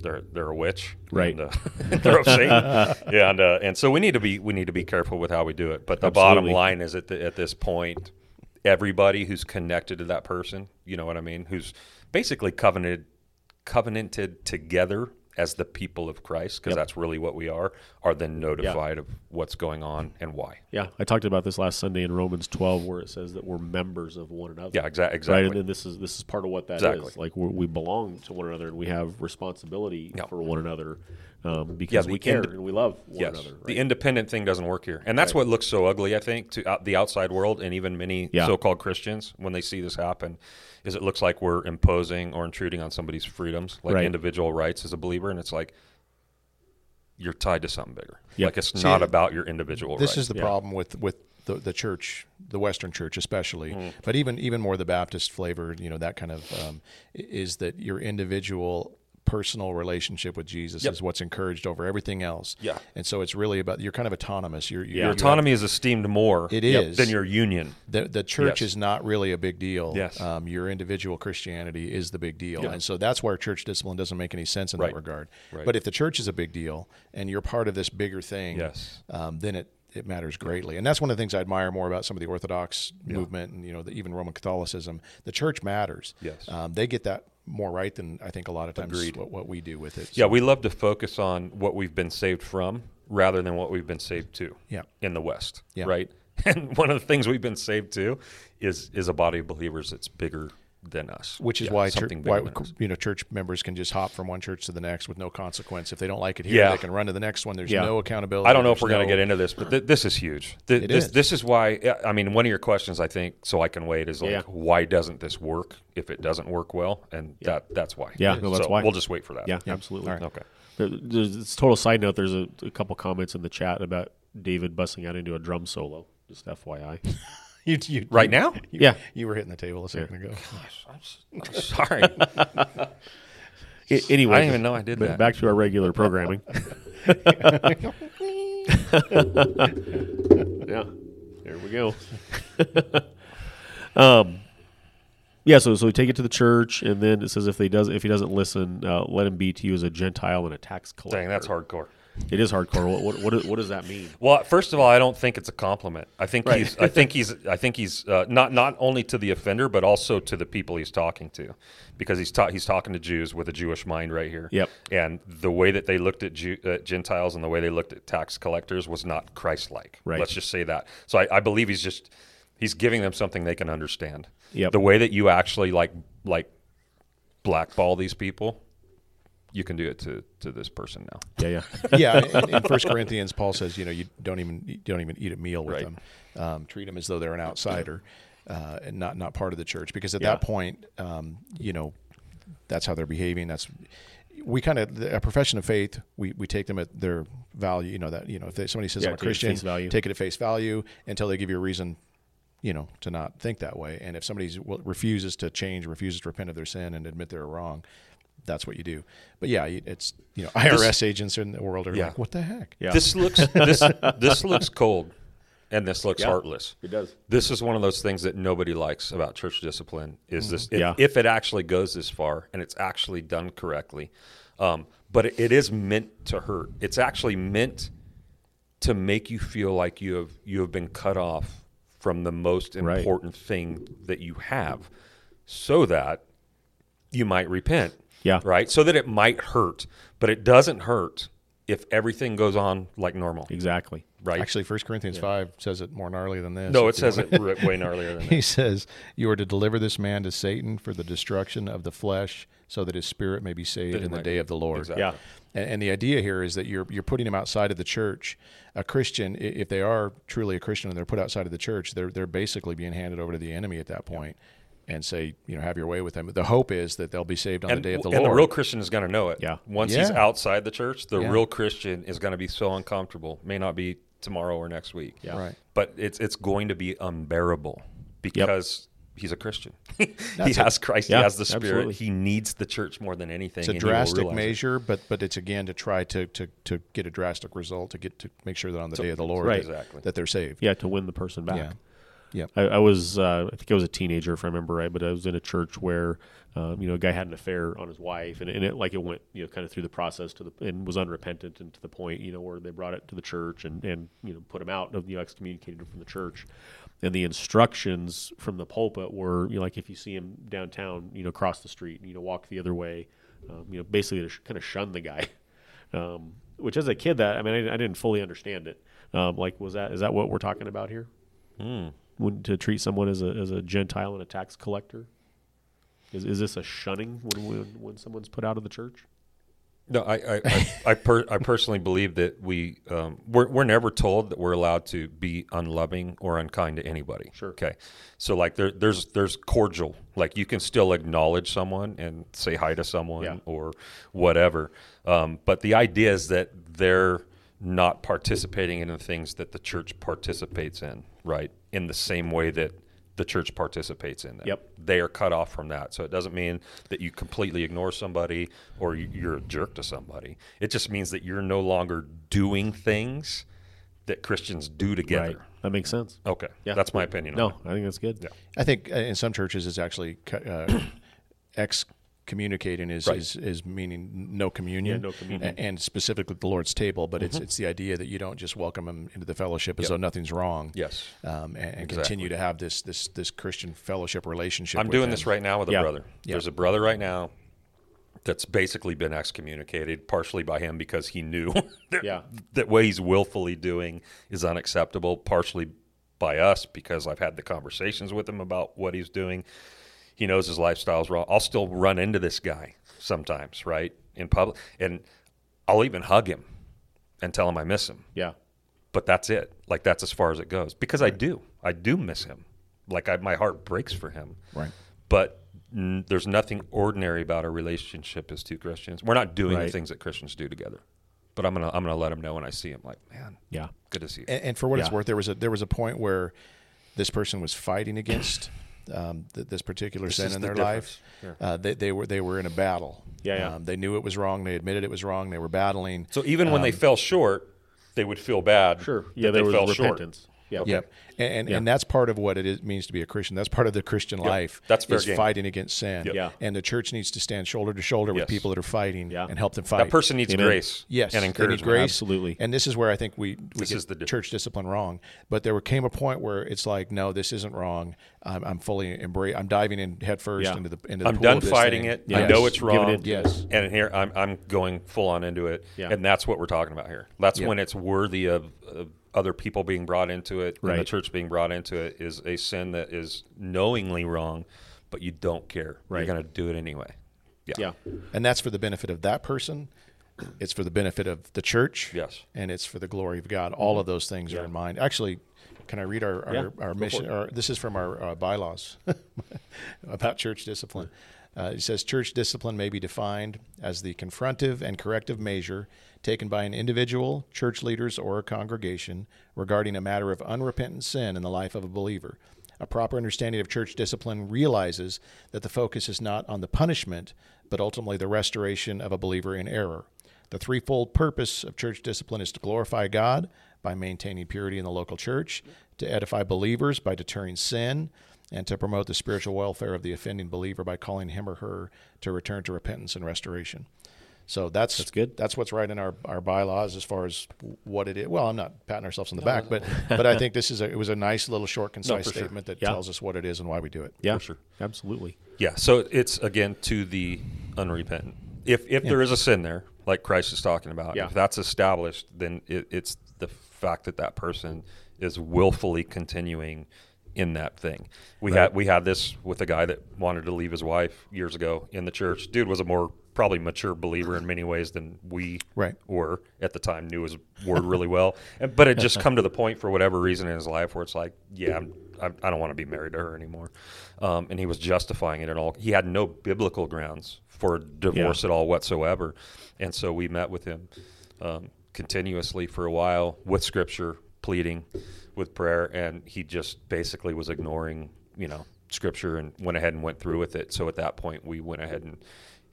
S4: they're they're a witch,
S2: Right.
S4: And, uh, they're of Satan, yeah, and uh, and so we need to be we need to be careful with how we do it. But the bottom
S2: Absolutely.
S4: line is at the, at this point, everybody who's connected to that person, you know what I mean, who's basically covenanted covenanted together as the people of Christ, because that's really what we are, are then notified of what's going on and why.
S2: Yeah, I talked about this last Sunday in Romans 12, where it says that we're members of one another.
S4: Yeah, exa-
S2: Right,
S4: exactly.
S2: and then this is this is part of what that is.
S4: Exactly.
S2: Like we're, we belong to one another, and we have responsibility
S4: Yeah.
S2: for one another um, because
S4: the
S2: we care
S4: ind-
S2: and we love one
S4: yes,
S2: another. Right?
S4: the independent thing doesn't work here, and that's what looks so ugly, I think, to out, the outside world and even many
S2: Yeah.
S4: so-called Christians when they see this happen. Is it looks like we're imposing or intruding on somebody's freedoms, like
S2: Right.
S4: individual rights as a believer, and it's like you're tied to something bigger.
S2: Yeah.
S4: Like it's not about your individual
S3: this
S4: rights.
S3: is the problem with with the, the church the western church especially
S4: Mm.
S3: but even even more the baptist flavor you know that kind of um, i- is that your individual personal relationship with Jesus
S4: Yep.
S3: is what's encouraged over everything else.
S4: Yeah.
S3: And so it's really about you're kind of autonomous. You're, you're,
S2: Yeah.
S4: Your
S3: you're-
S4: autonomy is esteemed more
S3: It is.
S4: than your union.
S3: the, the church
S4: Yes.
S3: is not really a big deal.
S4: Yes.
S3: Um, your individual Christianity is the big deal. And so that's where church discipline doesn't make any sense in
S4: Right.
S3: that regard.
S4: Right.
S3: But if the church is a big deal and you're part of this bigger thing,
S4: Yes.
S3: um, then it, it matters greatly. And that's one of the things I admire more about some of the Orthodox movement and, you know, the, even Roman Catholicism. The church matters.
S4: Yes.
S3: Um, they get that more right than I think a lot of times what, what we do with it.
S4: Yeah, we love to focus on what we've been saved from rather than what we've been saved to.
S3: Yeah.
S4: In the West.
S3: Yeah.
S4: Right. And one of the things we've been saved to is is a body of believers that's bigger than us.
S3: which is
S4: Yeah,
S3: why, church,
S4: something bigger
S3: why
S4: than us.
S3: you know church members can just hop from one church to the next with no consequence. If they don't like it here,
S4: Yeah.
S3: they can run to the next one. There's
S2: Yeah.
S3: no accountability.
S4: I don't know if
S3: There's
S4: we're going
S3: no-
S4: to get into this, but th- this is huge. Th-
S3: It
S4: this
S3: is.
S4: this is why I mean one of your questions I think so I can wait is like
S2: Yeah.
S4: why doesn't this work if it doesn't work well and that that's why.
S2: Yeah, no, that's
S4: So
S2: why.
S4: We'll just wait for that.
S2: Yeah, absolutely.
S3: All right.
S4: Okay.
S2: There- There's it's a total side note. There's a, a couple comments in the chat about David busting out into a drum solo. Just FYI.
S3: You, you-
S4: Right now?
S3: you-
S2: Yeah.
S3: you were hitting the table a second ago.
S4: I'm sorry. I
S2: I- anyway,
S4: didn't even know I did
S2: But
S4: that.
S2: back to our regular programming. yeah, there we go. um, yeah. So so we take it to the church, and then it says if they does if he doesn't listen, uh, let him be to you as a Gentile and a tax collector.
S4: Dang, that's hardcore.
S2: It is hardcore. What what what, what does that mean?
S4: Well, first of all, I don't think it's a compliment. I think he's, I think he's, I think he's uh, not not only to the offender but also to the people he's talking to, because he's ta- he's talking to Jews with a Jewish mind right here.
S2: Yep.
S4: And the way that they looked at Jew- uh, Gentiles and the way they looked at tax collectors was not Christ-like.
S2: Right.
S4: Let's just say that. So I, I believe he's just he's giving them something they can understand.
S2: Yep.
S4: The way that you actually like like blackball these people, you can do it to to this person now.
S2: Yeah, yeah.
S3: yeah, in, in First Corinthians, Paul says, you know, you don't even you don't even eat a meal with
S4: Right.
S3: them. Um, treat them as though they're an outsider, uh, and not not part of the church. Because at that point, um, you know, that's how they're behaving. That's we kind of a profession of faith. We, we take them at their value. You know that you know if they, somebody says
S2: Yeah,
S3: I'm a
S2: take it at
S3: Christian,
S2: face value.
S3: take it at face value until they give you a reason. You know to not think that way. And if somebody refuses to change, refuses to repent of their sin and admit they're wrong. That's what you do, but yeah, you- it's you know IRS agents in the world are
S4: Yeah.
S3: like, what the heck?
S2: Yeah.
S4: This looks this this looks cold, and this looks
S2: Yeah,
S4: heartless.
S2: it does.
S4: This is one of those things that nobody likes about church discipline. Is this if,
S2: Mm-hmm. Yeah.
S4: if it actually goes this far and it's actually done correctly, um, but it, it is meant to hurt. It's actually meant to make you feel like you have you have been cut off from the most
S2: Right.
S4: important thing that you have, so that you might repent.
S2: Yeah.
S4: Right. So that it might hurt, but it doesn't hurt if everything goes on like normal.
S2: Exactly.
S4: Right.
S3: Actually, First Corinthians five says it more gnarly than this.
S4: no, it
S3: If you
S4: says
S3: want-
S4: it r- way earlier than that.
S3: He says, "You are to deliver this man to Satan for the destruction of the flesh, so that his spirit may be saved in the
S4: might
S3: day
S4: be-
S3: of the Lord."
S4: Exactly.
S2: Yeah.
S3: And, and the idea here is that you're you're putting him outside of the church. A Christian, i- if they are truly a Christian and they're put outside of the church, they're they're basically being handed over to the enemy at that point, and say, you know, have your way with them. The hope is that they'll be saved on
S4: And,
S3: the day of the
S4: and
S3: Lord.
S4: real Christian is going to know it.
S2: Yeah.
S4: Once he's
S3: Yeah.
S4: outside the church, the
S3: Yeah.
S4: real Christian is going to be so uncomfortable. May not be tomorrow or next week.
S2: Yeah.
S3: Right.
S4: But it's it's going to be unbearable because he's a Christian. he has Christ.
S2: Yeah,
S4: he has the Spirit.
S2: absolutely.
S4: He needs the church more than anything.
S3: it's a
S4: and he will
S3: drastic
S4: realize it.
S3: measure, but but it's again to try to, to to get a drastic result to get to make sure that on the day of the Lord
S2: right.
S4: Exactly.
S3: that they're saved.
S2: Yeah, to win the person back.
S3: Yeah. Yep.
S2: I, I was, uh, I think I was a teenager if I remember right, but I was in a church where, um, you know, a guy had an affair on his wife, and, and it like it went, you know, kind of through the process to the and was unrepentant and to the point, you know, where they brought it to the church and and you know put him out of you know excommunicated him from the church, and the instructions from the pulpit were you know like if you see him downtown, you know, cross the street, you know, walk the other way, um, you know, basically to sh- kind of shun the guy. um, which as a kid that I mean I, I didn't fully understand it. Um, like was that is that what we're talking about here? When, to treat someone as a as a Gentile and a tax collector? Is is this a shunning when when, when someone's put out of the church?
S4: No, I I, I, I, per, I personally believe that we um, we're, we're never told that we're allowed to be unloving or unkind to anybody.
S2: Sure.
S4: Okay. So like there there's there's cordial. Like you can still acknowledge someone and say hi to someone
S2: Yeah.
S4: or whatever. Um, but the idea is that they're not participating in the things that the church participates in, right? In the same way that the church participates in that.
S2: Yep.
S4: They are cut off from that. So it doesn't mean that you completely ignore somebody or you- you're a jerk to somebody. It just means that you're no longer doing things that Christians do
S2: Right.
S4: together.
S2: That makes sense.
S4: Okay.
S2: Yeah.
S4: That's my opinion.
S2: No,
S4: On
S2: I think that's good.
S4: Yeah.
S3: I think uh, in some churches it's actually cu- uh, excommunicating is,
S4: Right.
S3: is is meaning no communion,
S2: Yeah, no communion.
S3: a- and specifically the Lord's table. But it's it's the idea that you don't just welcome them into the fellowship as though nothing's wrong.
S4: Yes.
S3: um, and, and continue to have this this this Christian fellowship relationship.
S4: I'm
S3: with
S4: doing
S3: them.
S4: this right now with a
S2: Yeah.
S4: brother.
S3: Yeah.
S4: There's a brother right now that's basically been excommunicated, partially by him because he knew that,
S2: Yeah.
S4: that what he's willfully doing is unacceptable, partially by us because I've had the conversations with him about what he's doing. He knows his lifestyle's wrong. I'll still run into this guy sometimes, right? In public. And I'll even hug him and tell him I miss him
S2: Yeah.
S4: but that's it. Like that's as far as it goes because I do, I do miss him. Like I, my heart breaks for him.
S3: Right.
S4: But n- there's nothing ordinary about our relationship as two Christians. We're not doing the
S2: Right.
S4: things that Christians do together. But I'm gonna, I'm gonna let him know when I see him. Like, man,
S2: Yeah.
S4: good to see you.
S3: And, and for what it's
S2: Yeah.
S3: worth, there was a there was a point where this person was fighting against um, th- this particular sin
S4: is
S3: in
S4: the
S3: their
S4: difference.
S3: life. Uh, they, they were they were in a battle.
S2: Yeah, yeah.
S3: Um, they knew it was wrong. They admitted it was wrong. They were battling.
S4: so even when they fell short, they would feel bad.
S2: um, Sure.
S4: that
S2: Yeah.
S4: they
S2: There was
S4: fell
S2: repentance. Yeah.
S3: Yep. And and, and that's part of what it is, means to be a Christian. That's part of the Christian life.
S4: That's fair
S3: is
S4: game.
S3: fighting against sin.
S2: Yeah.
S3: And the church needs to stand shoulder to shoulder with
S4: Yes.
S3: people that are fighting
S2: Yeah.
S3: and help them
S4: short.
S3: fight.
S4: That person needs
S2: Amen.
S4: grace.
S3: Yes,
S4: and
S3: they need
S4: encouragement.
S3: grace.
S2: Absolutely.
S3: And this is where I think we, we
S4: This
S3: get
S4: is the difference.
S3: church discipline wrong. But there came a point where it's like, no, this isn't wrong. I'm, I'm fully embrace. I'm diving in headfirst
S2: Yeah.
S3: into the into the
S4: I'm
S3: pool
S4: done
S3: of this
S4: fighting
S3: thing.
S4: it. I
S2: Yes.
S4: know it's
S2: Give
S4: wrong.
S2: it in.
S3: Yes.
S4: And here I'm, I'm going full on into it.
S2: Yeah.
S4: And that's what we're talking about here. That's when it's worthy of, of other people being brought into it and the
S2: Right.
S4: church being brought into it is a sin that is knowingly wrong, but you don't care.
S2: Right.
S4: You're going to do it anyway. Yeah.
S2: Yeah.
S3: and that's for the benefit of that person. It's for the benefit of the church.
S4: Yes.
S3: and it's for the glory of God. All of those things are in mind. Actually, can I read our our,
S2: Yeah,
S3: our
S2: go
S3: mission?
S2: for
S3: Our, this is from our uh, bylaws about church discipline. Uh, it says church discipline may be defined as the confrontive and corrective measure taken by an individual, church leaders, or a congregation regarding a matter of unrepentant sin in the life of a believer. A proper understanding of church discipline realizes that the focus is not on the punishment, but ultimately the restoration of a believer in error. The threefold purpose of church discipline is to glorify God by maintaining purity in the local church, to edify believers by deterring sin, and to promote the spiritual welfare of the offending believer by calling him or her to return to repentance and restoration. So that's that's
S2: good.
S3: That's what's right in our, our bylaws as far as what it is. Well, I'm not patting ourselves on the back, but but I think this is a, it was a nice little short, concise
S4: for sure.
S3: statement that
S2: Yeah.
S3: tells us what it is and why we do it.
S2: Yeah.
S4: sure.
S2: Absolutely.
S4: Yeah. So it's again to the unrepentant. If if there is a sin there, like Christ is talking about,
S2: Yeah.
S4: if that's established, then it, it's the fact that that person is willfully continuing in that thing. We had we had this with a guy that wanted to leave his wife years ago in the church. Dude was a more probably mature believer in many ways than we
S3: Right.
S4: were at the time. Knew his word really well, and, but it just come to the point for whatever reason in his life where it's like, yeah, I'm, I, I don't want to be married to her anymore. Um, and he was justifying it at all. He had no biblical grounds for divorce at all whatsoever, and so we met with him um, continuously for a while with scripture, pleading with prayer, and he just basically was ignoring, you know, scripture and went ahead and went through with it. So at that point, we went ahead and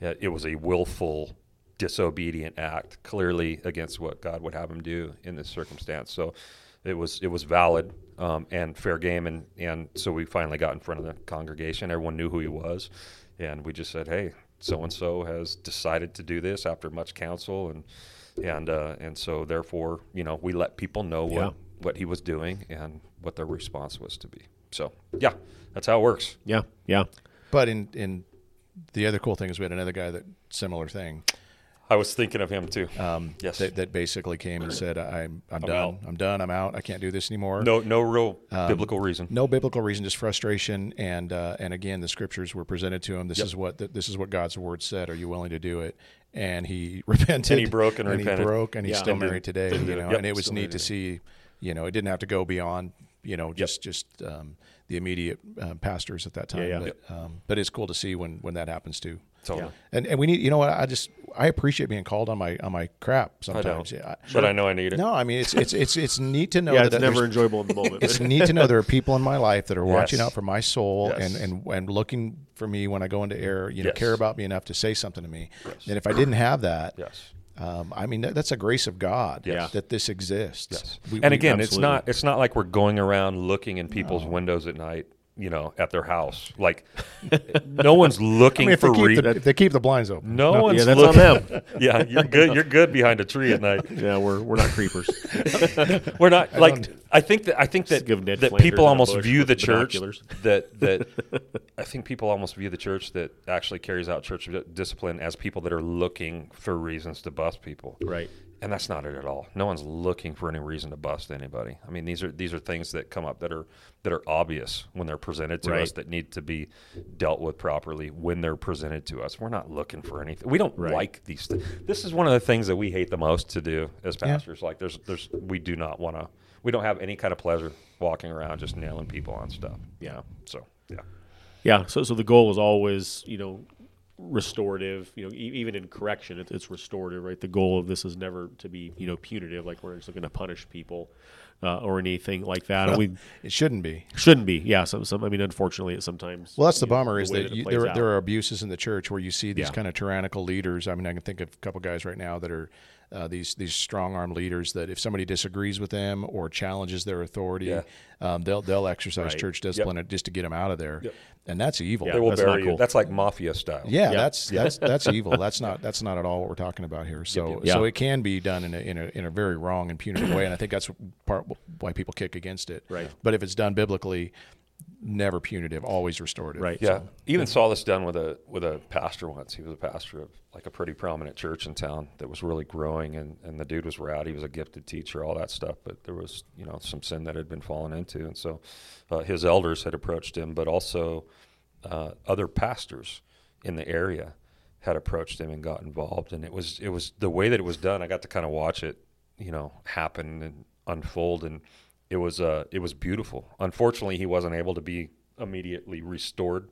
S4: yeah, it was a willful, disobedient act, clearly against what God would have him do in this circumstance. So it was it was valid um, and fair game, and and so we finally got in front of the congregation. Everyone knew who he was, and we just said, hey. So and so has decided to do this after much counsel, and and uh, and so therefore, you know, we let people know what
S2: Yeah.
S4: what he was doing and what their response was to be. So yeah, that's how it works.
S2: Yeah. Yeah.
S3: But in in the other cool thing is we had another guy that similar thing.
S4: I was thinking of him too. Um, yes.
S3: that, that basically came and said, "I'm I'm, done.
S4: out.
S3: I'm done. I'm out. I can't do this anymore."
S4: no, no real biblical reason.
S3: no biblical reason, just frustration. And uh, and again, the scriptures were presented to him. This is what this is what God's word said. Are you willing to do it? And he repented.
S4: And he broke and repented.
S3: He broke and he's
S2: Yeah.
S3: still
S2: And
S4: didn't-
S3: married today.
S4: didn't do
S3: You
S4: it.
S3: know,
S4: Yep,
S3: and it was
S4: still
S3: neat
S4: married
S3: to see. You know, it didn't have to go beyond. You know, just just um, the immediate uh, pastors at that time.
S2: yeah.
S3: But, um, but it's cool to see when when that happens too.
S4: Totally.
S3: And, and we need, you know what? I just I appreciate being called on my on my crap sometimes. Yeah,
S4: But I know I need it.
S3: No, I mean it's it's it's it's neat to know
S2: yeah,
S3: that
S2: it's never
S3: there's-
S2: enjoyable in the moment.
S3: it's
S2: but-
S3: neat to know there are people in my life that are watching out for my soul
S4: Yes.
S3: and, and and looking for me when I go into air. You know,
S4: Yes.
S3: care about me enough to say something to me. And if I didn't have that,
S4: Yes.
S3: um, I mean that, that's a grace of God
S4: Yes.
S3: that this exists. We-
S4: and
S3: we-
S4: again, it's
S2: absolutely.
S4: not it's not like we're going around looking in people's windows at night, you know, at their house. Like no one's
S3: I
S4: looking
S3: mean, if they,
S4: for
S3: keep
S4: read.
S3: the, if they keep the blinds open,
S4: no, one's
S2: yeah, that's on
S4: looking.
S2: them.
S4: yeah, you're good. You're good behind a tree at night.
S2: yeah, we're we're not creepers.
S4: We're not like I think that I think that,
S2: give Ned
S4: that
S2: Flanders
S4: people
S2: in a
S4: almost
S2: bush
S4: view
S2: with
S4: the church
S2: binoculars.
S4: that that I think people almost view the church that actually carries out church di- discipline as people that are looking for reasons to bust people.
S2: Right.
S4: And that's not it at all. No one's looking for any reason to bust anybody. I mean, these are these are things that come up that are that are obvious when they're presented to
S2: Right.
S4: us that need to be dealt with properly when they're presented to us. We're not looking for anything. We don't
S2: Right.
S4: like these things. This is one of the things that we hate the most to do as pastors. Like there's there's we do not want to we don't have any kind of pleasure walking around just nailing people on stuff. you
S2: Yeah.
S4: know? So yeah.
S2: Yeah. So, so the goal is always, you know, restorative. You know, e- even in correction, it, it's restorative, right? The goal of this is never to be, you know, punitive, like we're just looking to punish people uh, or anything like that. and we
S3: it shouldn't be.
S2: shouldn't be. Yeah. Some, some. I mean, unfortunately, it sometimes.
S3: Well, that's the
S2: you know,
S3: bummer is
S2: way
S3: that
S2: it
S3: you,
S2: plays
S3: there,
S2: out.
S3: there are abuses in the church where you see these
S2: Yeah.
S3: kind of tyrannical leaders. I mean, I can think of a couple guys right now that are uh, these these strong arm leaders that if somebody disagrees with them or challenges their authority,
S4: Yeah.
S3: um, they'll they'll exercise church discipline just to get them out of there, and that's evil.
S2: Yeah.
S4: They will
S2: That's not
S4: bury you.
S2: cool.
S4: That's like mafia style.
S3: Yeah, that's that's that's evil. That's not that's not at all what we're talking about here. So
S2: yep.
S3: so
S2: Yeah.
S3: it can be done in a, in a in a very wrong and punitive way, and I think that's part why people kick against it.
S2: Right.
S3: But if it's done biblically, never punitive, always restorative.
S2: Right.
S4: Yeah, even saw this done with a with a pastor once. He was a pastor of like a pretty prominent church in town that was really growing, and and the dude was rad. He was a gifted teacher, all that stuff. But there was you know some sin that had been fallen into, and so uh, his elders had approached him, but also uh, other pastors in the area had approached him and got involved. And it was it was the way that it was done. I got to kind of watch it, you know, happen and unfold, and it was uh it was beautiful. Unfortunately, he wasn't able to be immediately restored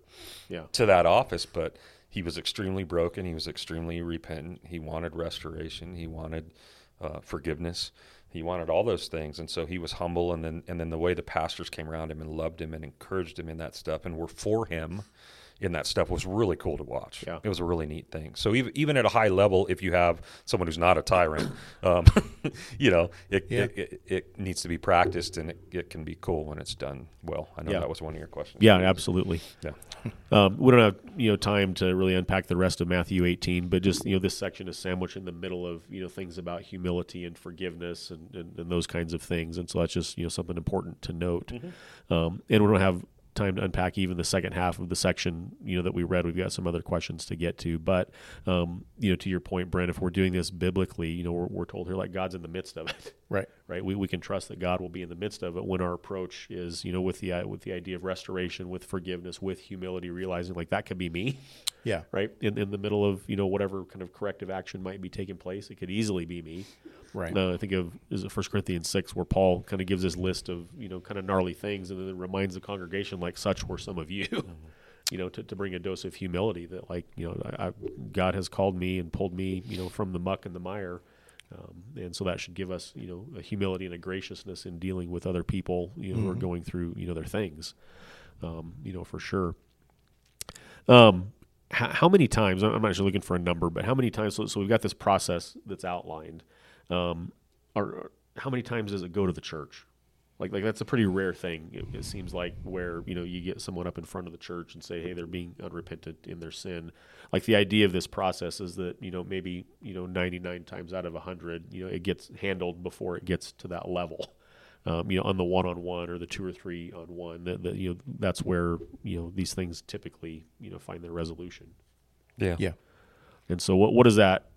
S2: Yeah.
S4: to that office, but he was extremely broken. He was extremely repentant. He wanted restoration. He wanted uh, forgiveness. He wanted all those things, and so he was humble. And then, and then the way the pastors came around him and loved him and encouraged him in that stuff and were for him in that stuff was really cool to watch.
S2: Yeah.
S4: It was a really neat thing. So even even at a high level, if you have someone who's not a tyrant, um, you know, it, it, it it needs to be practiced, and it, it can be cool when it's done well. I know
S2: Yeah.
S4: that was one of your questions.
S2: Yeah. Absolutely.
S4: yeah.
S2: Um, we don't have you know time to really unpack the rest of Matthew 18, but just you know this section is sandwiched in the middle of you know things about humility and forgiveness and, and, and those kinds of things, and so that's just you know something important to note. Um, and we don't have time to unpack even the second half of the section you know that we read. We've got some other questions to get to, but um, you know to your point, Brent, if we're doing this biblically, you know we're, we're told here like God's in the midst of it.
S3: Right.
S2: right? We, we can trust that God will be in the midst of it when our approach is, you know, with the with the idea of restoration, with forgiveness, with humility, realizing like that could be me,
S3: Yeah.
S2: right? In in the middle of you know whatever kind of corrective action might be taking place, it could easily be me.
S3: Right.
S2: Now, Uh, I think of is it First Corinthians six where Paul kind of gives this list of you know kind of gnarly things, and then reminds the congregation like such were some of you. You know, to, to bring a dose of humility that, like, you know, I, I, God has called me and pulled me, you know, from the muck and the mire, um, and so that should give us, you know, a humility and a graciousness in dealing with other people, you know, who are going through, you know, their things, um, you know, for sure. Um, how, how many times? I'm I'm actually looking for a number, but how many times? So, so we've got this process that's outlined. Um, are, how many times does it go to the church? Like, like that's a pretty rare thing. It, it seems like where you know you get someone up in front of the church and say, "Hey, they're being unrepentant in their sin." Like the idea of this process is that you know maybe you know 99 times out of 100, you know it gets handled before it gets to that level um, you know, on the one on one or the two or three on one. That, that you know, that's where you know these things typically you know find their resolution.
S4: Yeah.
S3: Yeah.
S2: And so, what what is that?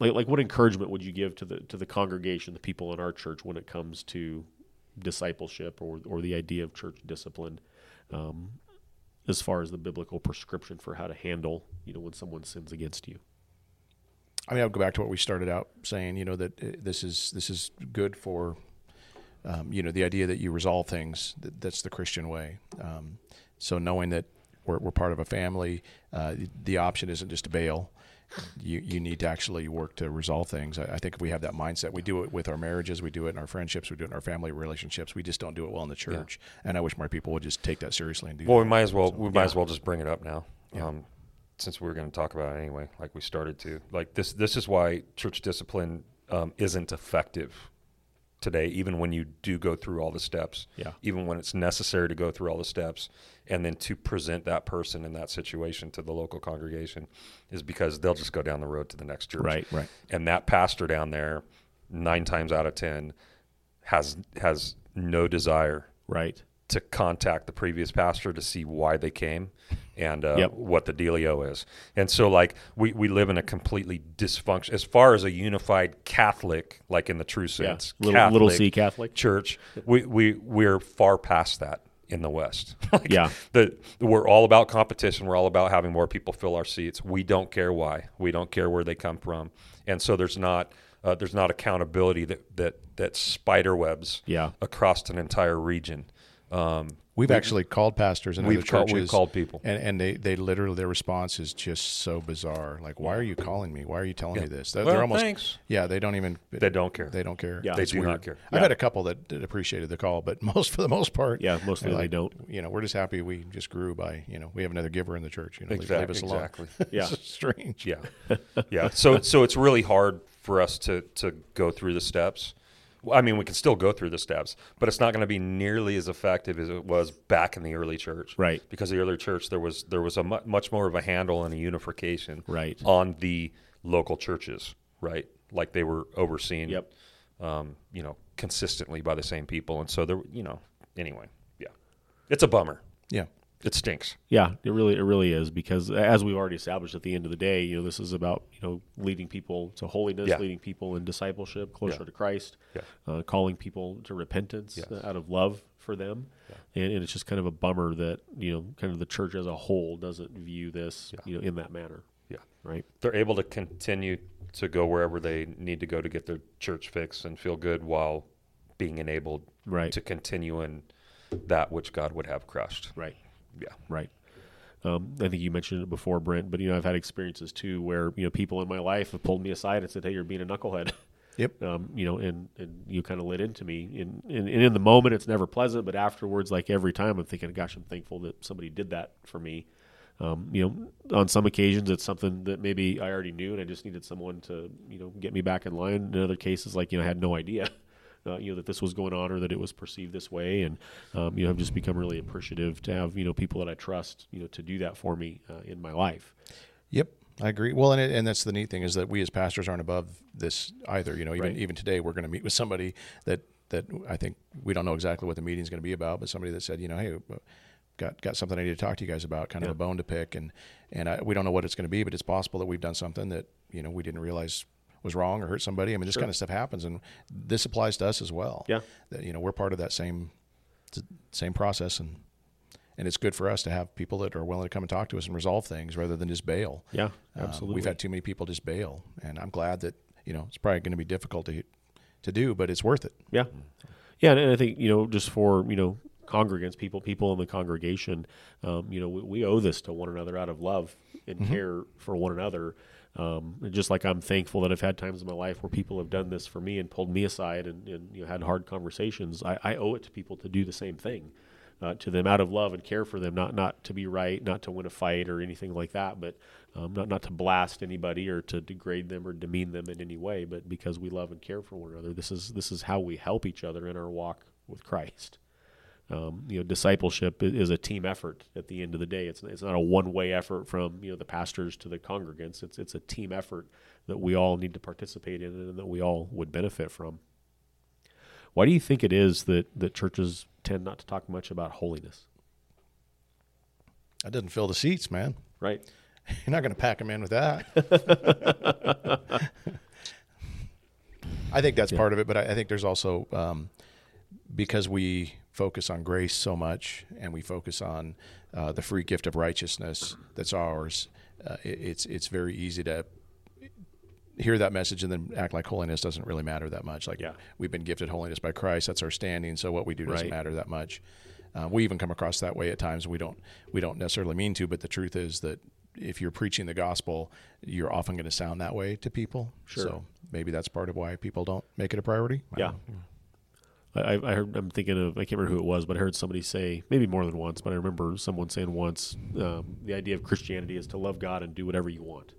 S2: Like, like what encouragement would you give to the to the congregation, the people in our church, when it comes to discipleship or or the idea of church discipline, um, as far as the biblical prescription for how to handle you know when someone sins against you?
S3: I mean, I'll go back to what we started out saying. You know that uh, this is this is good for, um, you know, the idea that you resolve things. That, that's the Christian way. Um, so knowing that We're, we're part of a family. Uh, the option isn't just to bail. You, you need to actually work to resolve things. I, I think if we have that mindset, we do it with our marriages, we do it in our friendships, we do it in our family relationships. We just don't do it well in the church. And I wish more people would just take that seriously and do.
S4: Well, we
S3: that.
S4: might as well we might as well just bring it up now, um, since we were going to talk about it anyway, like we started to. Like this this is why church discipline um, isn't effective today, even when you do go through all the steps.
S2: Yeah.
S4: Even when it's necessary to go through all the steps, and then to present that person in that situation to the local congregation, is because they'll just go down the road to the next church.
S2: Right, right.
S4: And that pastor down there, nine times out of ten, has has no desire
S2: Right.
S4: to contact the previous pastor to see why they came and uh,
S2: Yep.
S4: what the dealio is. And so, like, we, we live in a completely dysfunction as far as a unified Catholic, like in the true
S2: Yeah.
S4: sense,
S2: Little, little C Catholic.
S4: church. We we we're far past that in the West. Like,
S2: Yeah.
S4: the we're all about competition. We're all about having more people fill our seats. We don't care why. We don't care where they come from. And so there's not uh, there's not accountability that that that spider webs
S2: Yeah.
S4: across an entire region. Um,
S3: We've actually called pastors and
S4: We've
S3: other
S4: called-
S3: churches.
S4: we've called people.
S3: and, and they, they literally their response is just so bizarre. Like, why are you calling me? Why are you telling me this? They're,
S4: Well,
S3: they're almost
S4: thanks.
S3: yeah. They don't even
S4: They don't care.
S3: They don't care.
S2: Yeah.
S4: they
S3: It's
S4: do
S3: weird.
S4: not care.
S3: I've had a couple that, that appreciated the call, but most for the most part,
S2: Yeah, mostly
S3: they're
S2: they don't.
S3: You know, we're just happy we just grew by you know we have another giver in the church. You know, leave- leave
S4: Exactly.
S3: us alone.
S4: Exactly.
S2: Yeah.
S3: It's strange.
S4: Yeah, yeah. So so it's really hard for us to to go through the steps. Well, I mean, we can still go through the steps, but it's not going to be nearly as effective as it was back in the early church,
S2: Right.
S4: Because the early church there was there was a mu- much more of a handle and a unification,
S2: Right.
S4: on the local churches, right? Like they were overseen,
S2: Yep.
S4: um, you know, consistently by the same people, and so there, you know, anyway, yeah, it's a bummer.
S3: Yeah.
S4: It stinks.
S2: Yeah, it really it really is because as we've already established at the end of the day, you know, this is about you know leading people to holiness,
S4: Yeah.
S2: leading people in discipleship, closer
S4: Yeah.
S2: to Christ,
S4: Yeah.
S2: uh, calling people to repentance uh, out of love for them, and, and it's just kind of a bummer that you know kind of the church as a whole doesn't view this you know in that manner,
S4: Yeah.
S2: right?
S4: they're able to continue to go wherever they need to go to get their church fix and feel good while being enabled
S2: Right.
S4: to continue in that which God would have crushed.
S2: Right.
S4: Yeah.
S2: Right. Um, I think you mentioned it before, Brent, but you know I've had experiences too where you know people in my life have pulled me aside and said, "Hey, you're being a knucklehead."
S3: Yep.
S2: um, you know, and, and you kind of lit into me. And, and, and in the moment, it's never pleasant, but afterwards, like every time, I'm thinking, gosh, I'm thankful that somebody did that for me. Um, you know, on some occasions, it's something that maybe I already knew and I just needed someone to, you know, get me back in line. In other cases, like, you know, I had no idea. Uh, you know that this was going on, or that it was perceived this way, and um, you know I've just become really appreciative to have you know people that I trust you know to do that for me uh, in my life.
S3: Yep, I agree. Well, and it, and that's the neat thing is that we as pastors aren't above this either. You know, even
S2: Right.
S3: even today we're going to meet with somebody that that I think we don't know exactly what the meeting's going to be about, but somebody that said, you know, hey. Got, got something I need to talk to you guys about, kind of a bone to pick, and and I, we don't know what it's going to be, but it's possible that we've done something that you know we didn't realize was wrong or hurt somebody. I mean, this kind of stuff happens, and this applies to us as well.
S2: Yeah.
S3: that you know we're part of that same same process, and and it's good for us to have people that are willing to come and talk to us and resolve things rather than just bail.
S2: Yeah,
S3: Um,
S2: absolutely.
S3: we've had too many people just bail, and I'm glad that you know it's probably going to be difficult to to do, but it's worth it.
S2: Yeah. Yeah, and- and I think, you know, just for, you know, congregants, people, people in the congregation, um, you know, we, we owe this to one another out of love and care for one another. Um, and just like I'm thankful that I've had times in my life where people have done this for me and pulled me aside and, and you know, had hard conversations. I, I owe it to people to do the same thing uh, to them out of love and care for them, not not to be right, not to win a fight or anything like that, but um, not not to blast anybody or to degrade them or demean them in any way, but because we love and care for one another. This is this is how we help each other in our walk with Christ. Um, you know, discipleship i- is a team effort. At the end of the day, it's it's not a one way effort from you know the pastors to the congregants. It's it's a team effort that we all need to participate in and that we all would benefit from. Why do you think it is that that churches tend not to talk much about holiness?
S3: That doesn't fill the seats, man.
S2: Right.
S3: You're not going to pack them in with that. I think that's part of it, but I, I think there's also um, because we focus on grace so much and we focus on uh, the free gift of righteousness that's ours. Uh, it, it's it's very easy to hear that message and then act like holiness doesn't really matter that much. Like
S2: Yeah.
S3: we've been gifted holiness by Christ, that's our standing. So what we do doesn't
S2: Right.
S3: matter that much. Uh, we even come across that way at times. We don't we don't necessarily mean to, but the truth is that if you're preaching the gospel, you're often going to sound that way to people.
S2: Sure.
S3: So maybe that's part of why people don't make it a priority. I
S2: Yeah. I, I I heard, I'm thinking of, I can't remember who it was, but I heard somebody say, maybe more than once, but I remember someone saying once, um, the idea of Christianity is to love God and do whatever you want.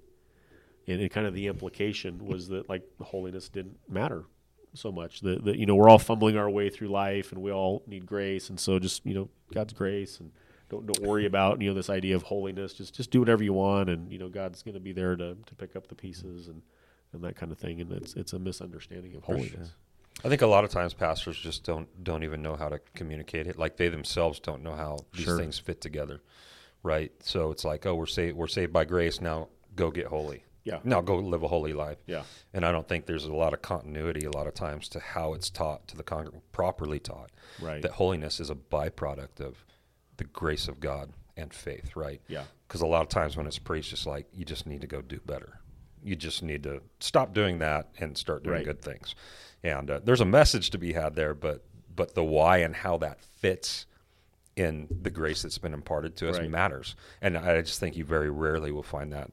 S2: And, and kind of the implication was that, like, holiness didn't matter so much. That, that, you know, we're all fumbling our way through life and we all need grace. And so just, you know, God's grace and don't, don't worry about, you know, this idea of holiness. Just just do whatever you want. And, you know, God's going to be there to, to pick up the pieces and, and that kind of thing. And it's, it's a misunderstanding of holiness.
S4: I think a lot of times pastors just don't don't even know how to communicate it. Like they themselves don't know how these
S2: Sure.
S4: things fit together, right? So it's like, oh, we're saved, we're saved by grace. Now go get holy.
S2: Yeah.
S4: Now go live a holy life.
S2: Yeah.
S4: And I don't think there's a lot of continuity a lot of times to how it's taught to the congregation, properly taught.
S2: Right.
S4: That holiness is a byproduct of the grace of God and faith, right?
S2: Yeah.
S4: Because a lot of times when it's preached, it's like you just need to go do better. You just need to stop doing that and start doing
S2: Right.
S4: good things. And uh, there's a message to be had there, but but the why and how that fits in the grace that's been imparted to us
S2: Right.
S4: matters. And I just think you very rarely will find that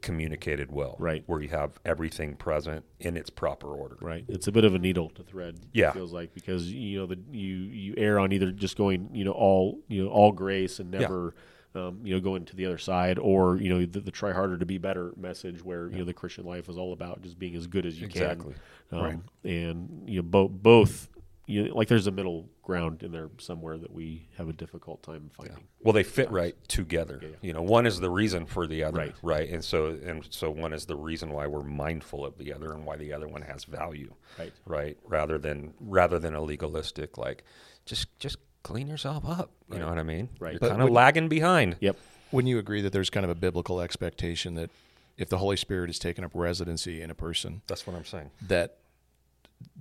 S4: communicated well,
S2: Right.
S4: Where you have everything present in its proper order.
S2: Right. It's a bit of a needle to thread.
S4: Yeah.
S2: It feels like because you know the you you err on either just going you know all you know all grace and never. Um, you know, going to the other side, or you know, the, the try harder to be better message, where you know the Christian life is all about just being as good as you
S4: Exactly.
S2: can. Um, And you know, both both you know, like there's a middle ground in there somewhere that we have a difficult time finding.
S4: Well, they fit right together. You know, one is the reason for the other,
S2: Right.
S4: And so, and so, one is the reason why we're mindful of the other and why the other one has value,
S2: Right.
S4: Right. Rather than rather than a legalistic like, just just clean yourself up. You know what I mean?
S2: Right.
S4: You're
S2: But
S4: kind of lagging behind.
S2: Yep.
S3: Wouldn't you agree that there's kind of a biblical expectation that if the Holy Spirit is taking up residency in a person,
S4: That's what I'm saying.
S3: that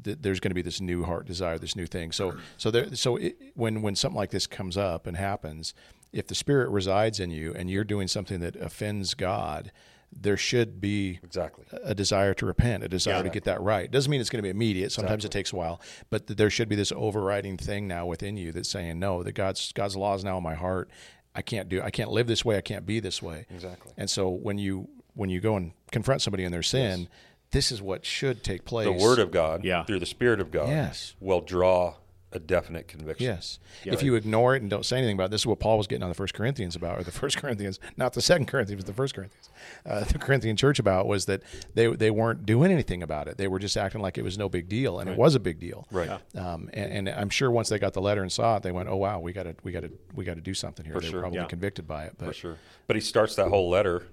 S3: th- there's going to be this new heart desire, this new thing. So, so there, so it, when when something like this comes up and happens, if the Spirit resides in you and you're doing something that offends God, there should be
S4: Exactly.
S3: a desire to repent, a desire to get that right. Doesn't mean it's going to be immediate. Sometimes it takes a while, but th- there should be this overriding thing now within you that's saying no. That God's God's law is now in my heart. I can't do. I can't live this way. I can't be this way.
S4: Exactly.
S3: And so when you when you go and confront somebody in their sin, this is what should take place.
S4: The Word of God,
S2: Yeah.
S4: through the Spirit of God,
S3: Yes.
S4: will draw a definite conviction.
S3: Yes. if you ignore it and don't say anything about it, this is what Paul was getting on the First Corinthians about, or the First Corinthians, not the Second Corinthians, but the First Corinthians, uh, the Corinthian church about was that they they weren't doing anything about it. They were just acting like it was no big deal, and it was a big deal.
S4: Right.
S3: Um, and, and I'm sure once they got the letter and saw it, they went, "Oh wow, we got to we got to we got to do something here." they
S4: sure,
S3: were probably
S2: yeah.
S3: convicted by it, but
S4: For sure. But he starts that whole letter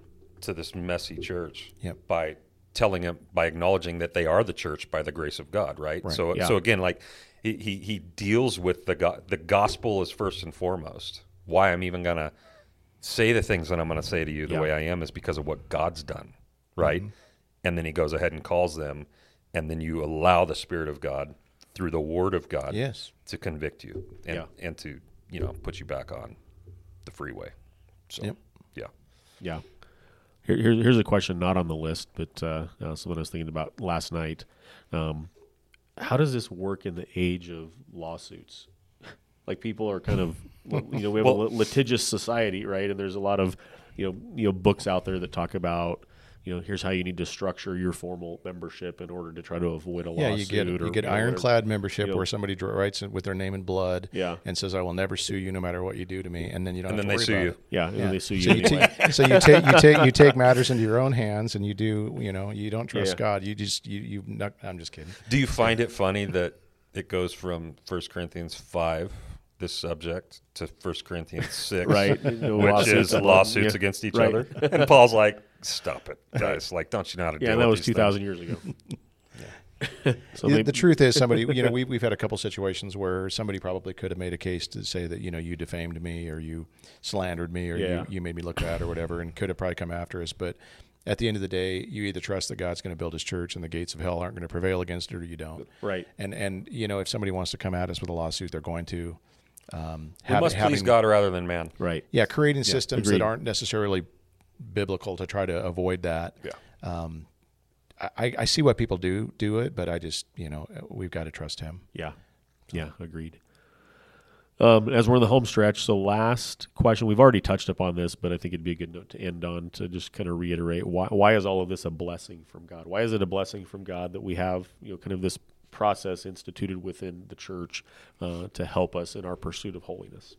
S4: to this messy church
S3: Yep.
S4: by telling him by acknowledging that they are the church by the grace of God, right? So
S2: yeah.
S4: so again, like he he he deals with the go- the gospel is first and foremost. Why I'm even gonna say the things that I'm gonna say to you the
S2: Yeah.
S4: way I am is because of what God's done, right? And then he goes ahead and calls them, and then you allow the Spirit of God through the Word of God
S3: Yes.
S4: to convict you and,
S2: Yeah.
S4: and to you know put you back on the freeway. So
S3: Yep.
S4: yeah.
S2: Yeah. Here, here, here's a question not on the list, but uh, uh, something I was thinking about last night. Um, how does this work in the age of lawsuits? Like people are kind of, you know, we have a lit- litigious society, right? And there's a lot of, you know, you know, books out there that talk about, you know, here's how you need to structure your formal membership in order to try to avoid a
S3: Yeah, you
S2: lawsuit.
S3: get
S2: or,
S3: you get
S2: know, whatever.
S3: ironclad membership
S2: you know-
S3: where somebody dr- writes it with their name in blood,
S2: Yeah.
S3: and says, "I will never sue you, no matter what you do to me," and then you don't. have
S4: And then
S3: to
S4: they
S3: worry
S4: sue
S3: about
S4: you.
S3: it.
S2: Yeah, and then they sue you.
S3: So you,
S2: anyway.
S3: take, so you take you take you take matters into your own hands, and you do you know you don't trust
S2: Yeah.
S3: God. You just you you. Not, I'm just kidding.
S4: Do you find it funny that it goes from 1 Corinthians 5, this subject, to 1 Corinthians 6,
S2: Right,
S4: which
S2: the
S4: is
S2: lawsuits.
S4: lawsuits
S2: Yeah.
S4: against each
S2: Right.
S4: other? And Paul's like, stop it, guys. Like, don't you know how to
S2: yeah,
S4: deal
S2: and that
S4: with
S2: was
S4: these things?"
S2: 2,000 years ago.
S3: The-
S2: so maybe,
S3: the truth is, somebody you know we we've had a couple situations where somebody probably could have made a case to say that you know you defamed me or you slandered me or
S2: Yeah.
S3: you, you made me look bad or whatever, and could have probably come after us, but. At the end of the day, you either trust that God's going to build His church and the gates of hell aren't going to prevail against it, or you don't.
S2: Right.
S3: And and you know if somebody wants to come at us with a lawsuit, they're going to. Um,
S4: We
S3: hav-
S4: must please
S3: having-
S4: God rather than man.
S2: right.
S3: Yeah, creating systems
S2: agreed.
S3: that aren't necessarily biblical to try to avoid that.
S4: Yeah.
S3: I, I see why people do do it, but I just you know we've got to trust him.
S2: Yeah. Yeah, agreed. Um, as we're in the home stretch, so last question, we've already touched upon this, but I think it'd be a good note to end on to just kind of reiterate why, why is all of this a blessing from God? Why is it a blessing from God that we have, you know, kind of this process instituted within the church uh, to help us in our pursuit of holiness?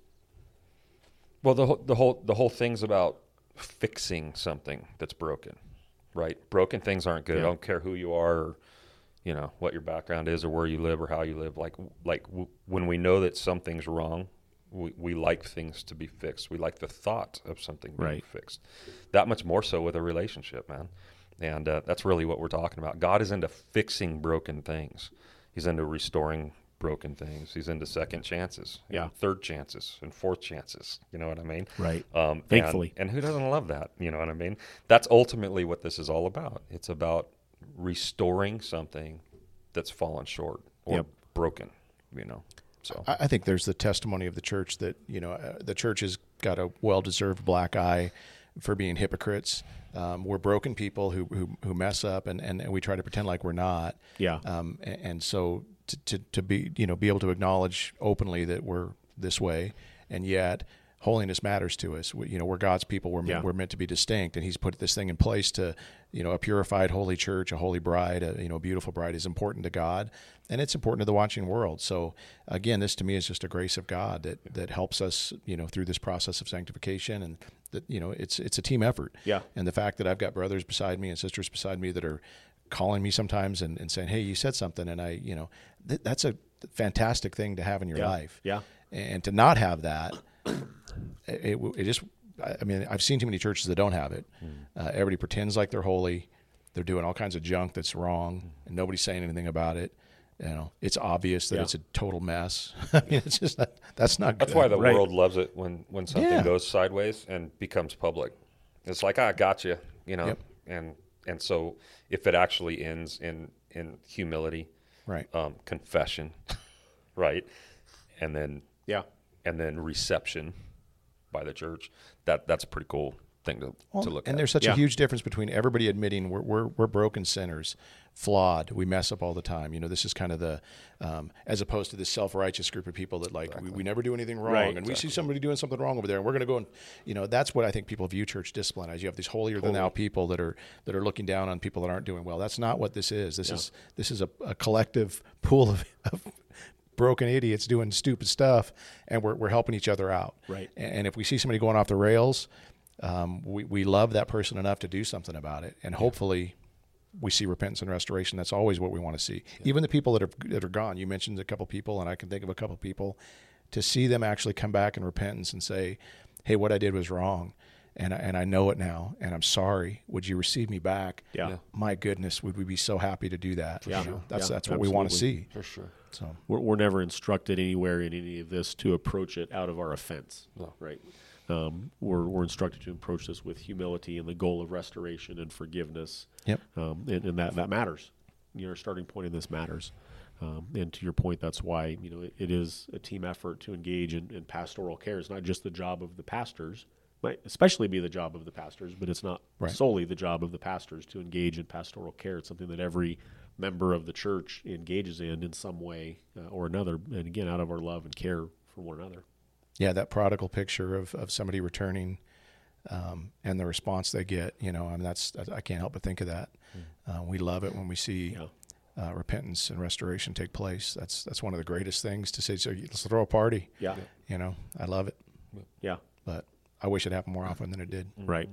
S4: Well, the whole, the whole the whole thing's about fixing something that's broken, right? Broken things aren't good.
S2: Yeah.
S4: I don't care who you are, or, you know what your background is, or where you live, or how you live. Like like w- when we know that something's wrong, we, we like things to be fixed. We like the thought of something being
S2: Right.
S4: fixed. That much more so with a relationship, man. And uh, that's really what we're talking about. God is into fixing broken things. He's into restoring broken things. He's into second chances, and
S2: Yeah.
S4: third chances, and fourth chances. You know what I mean?
S2: Right.
S4: Um, and-
S2: Thankfully.
S4: And, who doesn't love that? You know what I mean? That's ultimately what this is all about. It's about restoring something that's fallen short or
S2: Yep.
S4: broken, you know? So,
S3: I I think there's the testimony of the church that you know uh, the church has got a well-deserved black eye for being hypocrites. Um, we're broken people who, who who mess up, and and we try to pretend like we're not.
S2: Yeah.
S3: Um, a- and, so to, to to be you know be able to acknowledge openly that we're this way, and yet holiness matters to us. We, you know, we're God's people. We're
S2: Yeah.
S3: we're meant to be distinct, and He's put this thing in place to you know a purified holy church, a holy bride, a you know beautiful bride is important to God, and it's important to the watching world. So again, this to me is just a grace of God that that helps us you know through this process of sanctification and. That you know, it's it's a team effort.
S2: Yeah.
S3: And the fact that I've got brothers beside me and sisters beside me that are calling me sometimes and, and saying, "Hey, you said something," and I, you know, th- that's a fantastic thing to have in your
S2: Yeah.
S3: life.
S2: Yeah.
S3: And to not have that, it, it w- it just, I I mean, I've seen too many churches that don't have it.
S2: Hmm.
S3: Uh, everybody pretends like they're holy. They're doing all kinds of junk that's wrong, and nobody's saying anything about it. You know, it's obvious that
S2: Yeah.
S3: it's a total mess. I mean, it's just not, that's not.
S4: that's
S3: good.
S4: why the
S2: Right.
S4: world loves it when, when something
S3: Yeah.
S4: goes sideways and becomes public. It's like, I got you, you know?
S3: Yep.
S4: And, and so if it actually ends in, in humility,
S3: right.
S4: um, confession, right? And then
S2: Yeah.
S4: and then reception by the church. That that's a pretty cool thing to,
S3: Well,
S4: to look
S3: and
S4: at.
S3: there's such
S2: Yeah.
S3: a huge difference between everybody admitting we're, we're, we're broken sinners, flawed, we mess up all the time. You know, this is kind of the, um, as opposed to this self righteous group of people that like, we, we never do anything wrong.
S2: Right,
S3: and we see somebody doing something wrong over there and we're going to go and, you know, that's what I think people view church discipline as. You have these holier than thou people that are, that are looking down on people that aren't doing well. That's not what this is. This is, this is a, a collective pool of, of broken idiots doing stupid stuff and we're, we're helping each other out.
S2: Right.
S3: And, and if we see somebody going off the rails, um, we, we love that person enough to do something about it. And hopefully we see repentance and restoration. That's always what we want to see. Even the people that are, that are gone, you mentioned a couple people, and I can think of a couple people, to see them actually come back in repentance and say, hey, what I did was wrong. And I, and I know it now, and I'm sorry. Would you receive me back?
S2: Yeah. Yeah.
S3: My goodness, would we be so happy to do that?
S2: Yeah.
S3: You know, That's
S2: Yeah,
S3: that's what we want to
S2: absolutely.
S3: see. For sure. So
S2: We're, we're never instructed anywhere in any of this to approach it out of our offense. Right. Um, we're, we're instructed to approach this with humility and the goal of restoration and forgiveness.
S3: Yep.
S2: Um, and, and that, that matters. Your starting point in this matters. Um, and to your point, that's why, you know, it, it is a team effort to engage in, in pastoral care. It's not just the job of the pastors, might especially be the job of the pastors, but it's not
S3: Right.
S2: solely the job of the pastors to engage in pastoral care. It's something that every member of the church engages in in some way uh, or another. And again, out of our love and care for one another.
S3: yeah, that prodigal picture of, of somebody returning um, and the response they get, you know, I mean, that's, I- I can't help but think of that. Uh, we love it when we see
S2: Hmm. Yeah.
S3: uh, repentance and restoration take place. That's, that's one of the greatest things to say. So you- let's throw a party.
S2: Yeah.
S3: You know, I love it,
S2: Yeah.
S3: but I wish it happened more often than it did.
S2: Right.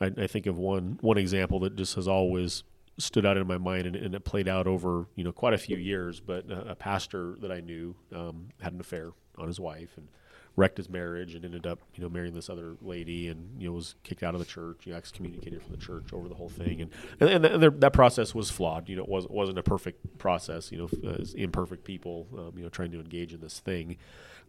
S2: I, I think of one one example that just has always stood out in my mind, and, and it played out over you know quite a few years. But a, a pastor that I knew um, had an affair on his wife and wrecked his marriage, and ended up you know marrying this other lady, and you know was kicked out of the church, you know, excommunicated from the church over the whole thing, and and, and, th- that process was flawed. You know, it was wasn't a perfect process. You know, f- uh, as imperfect people, um, you know, trying to engage in this thing.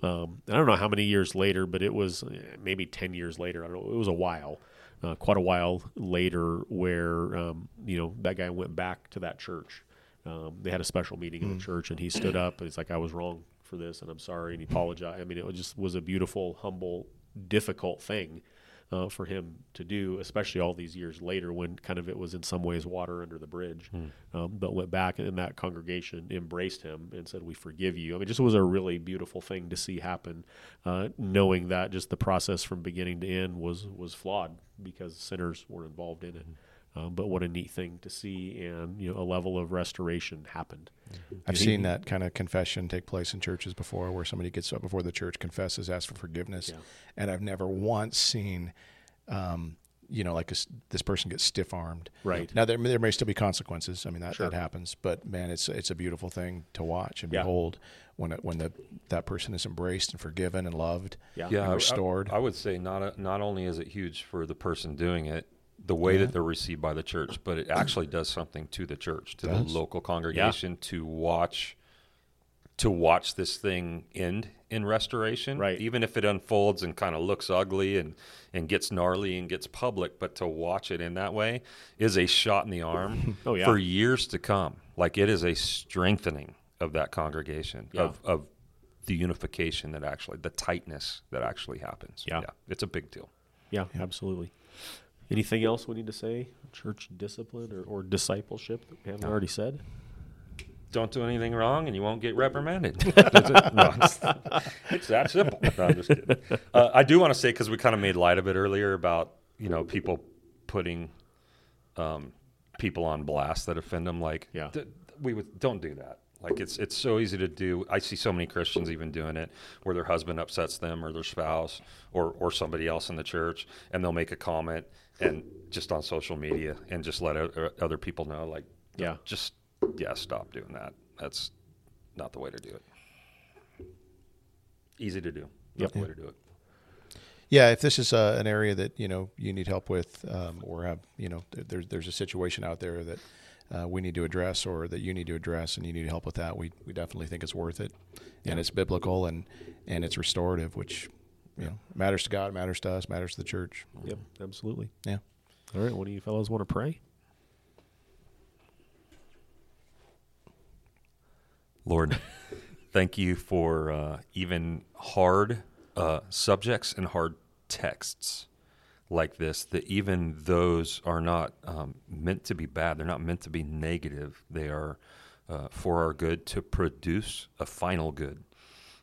S2: Um, and I don't know how many years later, but it was eh, maybe ten years later. I don't know. It was a while uh, quite a while later where um, you know that guy went back to that church. Um, they had a special meeting in the church, and he stood up and he's like, "I was wrong for this, and I'm sorry," and he apologized. I mean, it was just was a beautiful, humble, difficult thing, uh, for him to do, especially all these years later when kind of it was in some ways water under the bridge. Um, but went back and that congregation embraced him and said, We forgive you. I mean, just was a really beautiful thing to see happen, uh, knowing that just the process from beginning to end was, was flawed because sinners were involved in it. Um, but what a neat thing to see, and you know, a level of restoration happened.
S3: I've seen that kind of confession take place in churches before where somebody gets up before the church, confesses, asks for forgiveness. And I've never once seen, um, you know, like a s this person gets stiff armed.
S2: Right.
S3: Now, there, there may still be consequences. I mean, that, that happens. But man, it's it's a beautiful thing to watch and
S2: Yeah.
S3: behold when, it, when the, that person is embraced and forgiven and loved
S2: Yeah.
S3: and
S4: I- I-
S3: restored.
S4: I, would say not a, not only is it huge for the person doing it, the way that they're received by the church, but it actually does something to the church, to the local congregation, to watch to watch this thing end in restoration,
S2: Right.
S4: Even if it unfolds and kind of looks ugly and and gets gnarly and gets public, but to watch it in that way is a shot in the arm
S2: Oh, yeah.
S4: for years to come. Like it is a strengthening of that congregation of of the unification that actually the tightness that actually happens.
S2: Yeah.
S4: it's a big deal.
S2: Yeah, absolutely. Anything else we need to say? Church discipline or, or discipleship that we haven't already said?
S4: Don't do anything wrong, and you won't get reprimanded. That's it. No, it's, it's that simple. No, I'm just kidding. Uh, I do want to say because we kind of made light of it earlier about you know people putting um, people on blast that offend them. Like,
S2: Yeah.
S4: th- we would don't do that. Like, it's it's so easy to do. I see so many Christians even doing it, where their husband upsets them, or their spouse, or or somebody else in the church, and they'll make a comment and just on social media and just let o- other people know, like,
S2: Yeah.
S4: just yeah, stop doing that. That's not the way to do it. Easy to do. Not the way to do it.
S3: Yeah, if this is uh, an area that you know you need help with, um, or have you know th- there's there's a situation out there that uh, we need to address, or that you need to address, and you need help with that, we, we definitely think it's worth it, and it's biblical and and it's restorative, which you know matters to God, matters to us, matters to the church.
S2: Yep, absolutely.
S3: Yeah,
S2: All right, one of you fellows want to pray?
S4: Lord, thank you for uh, even hard uh, subjects and hard texts like this, that even those are not um, meant to be bad. They're not meant to be negative. They are uh, for our good to produce a final good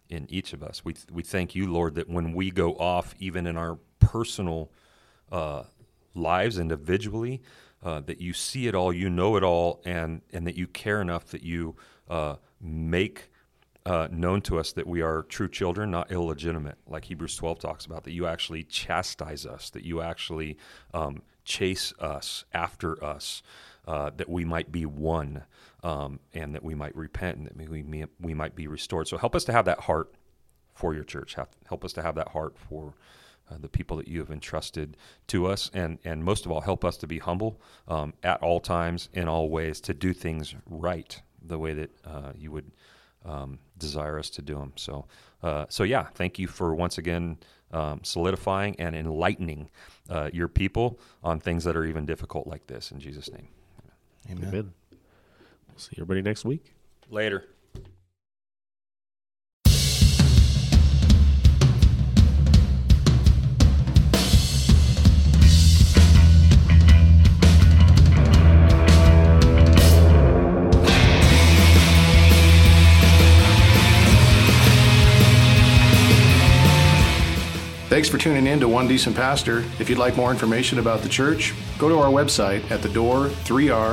S4: in each of us. We, we thank you, Lord, that when we go off, even in our personal uh, lives individually, uh, that you see it all, you know it all, and and that you care enough that you uh, make uh, known to us that we are true children, not illegitimate, like Hebrews 12 talks about. That you actually chastise us, that you actually um, chase us after us, uh, that we might be one, um, and that we might repent, and that we we, we might be restored. So help us to have that heart for your church. Help, help us to have that heart for uh, the people that you have entrusted to us, and and most of all, help us to be humble um, at all times, in all ways, to do things right the way that uh, you would um, desire us to do them. So, uh, so yeah, thank you for once again um, solidifying and enlightening uh, your people on things that are even difficult like this. In Jesus' name,
S3: amen.
S2: Amen. We'll see everybody next week.
S4: later.
S1: Thanks for tuning in to One Decent Pastor. If you'd like more information about the church, go to our website at thedoor3r.org.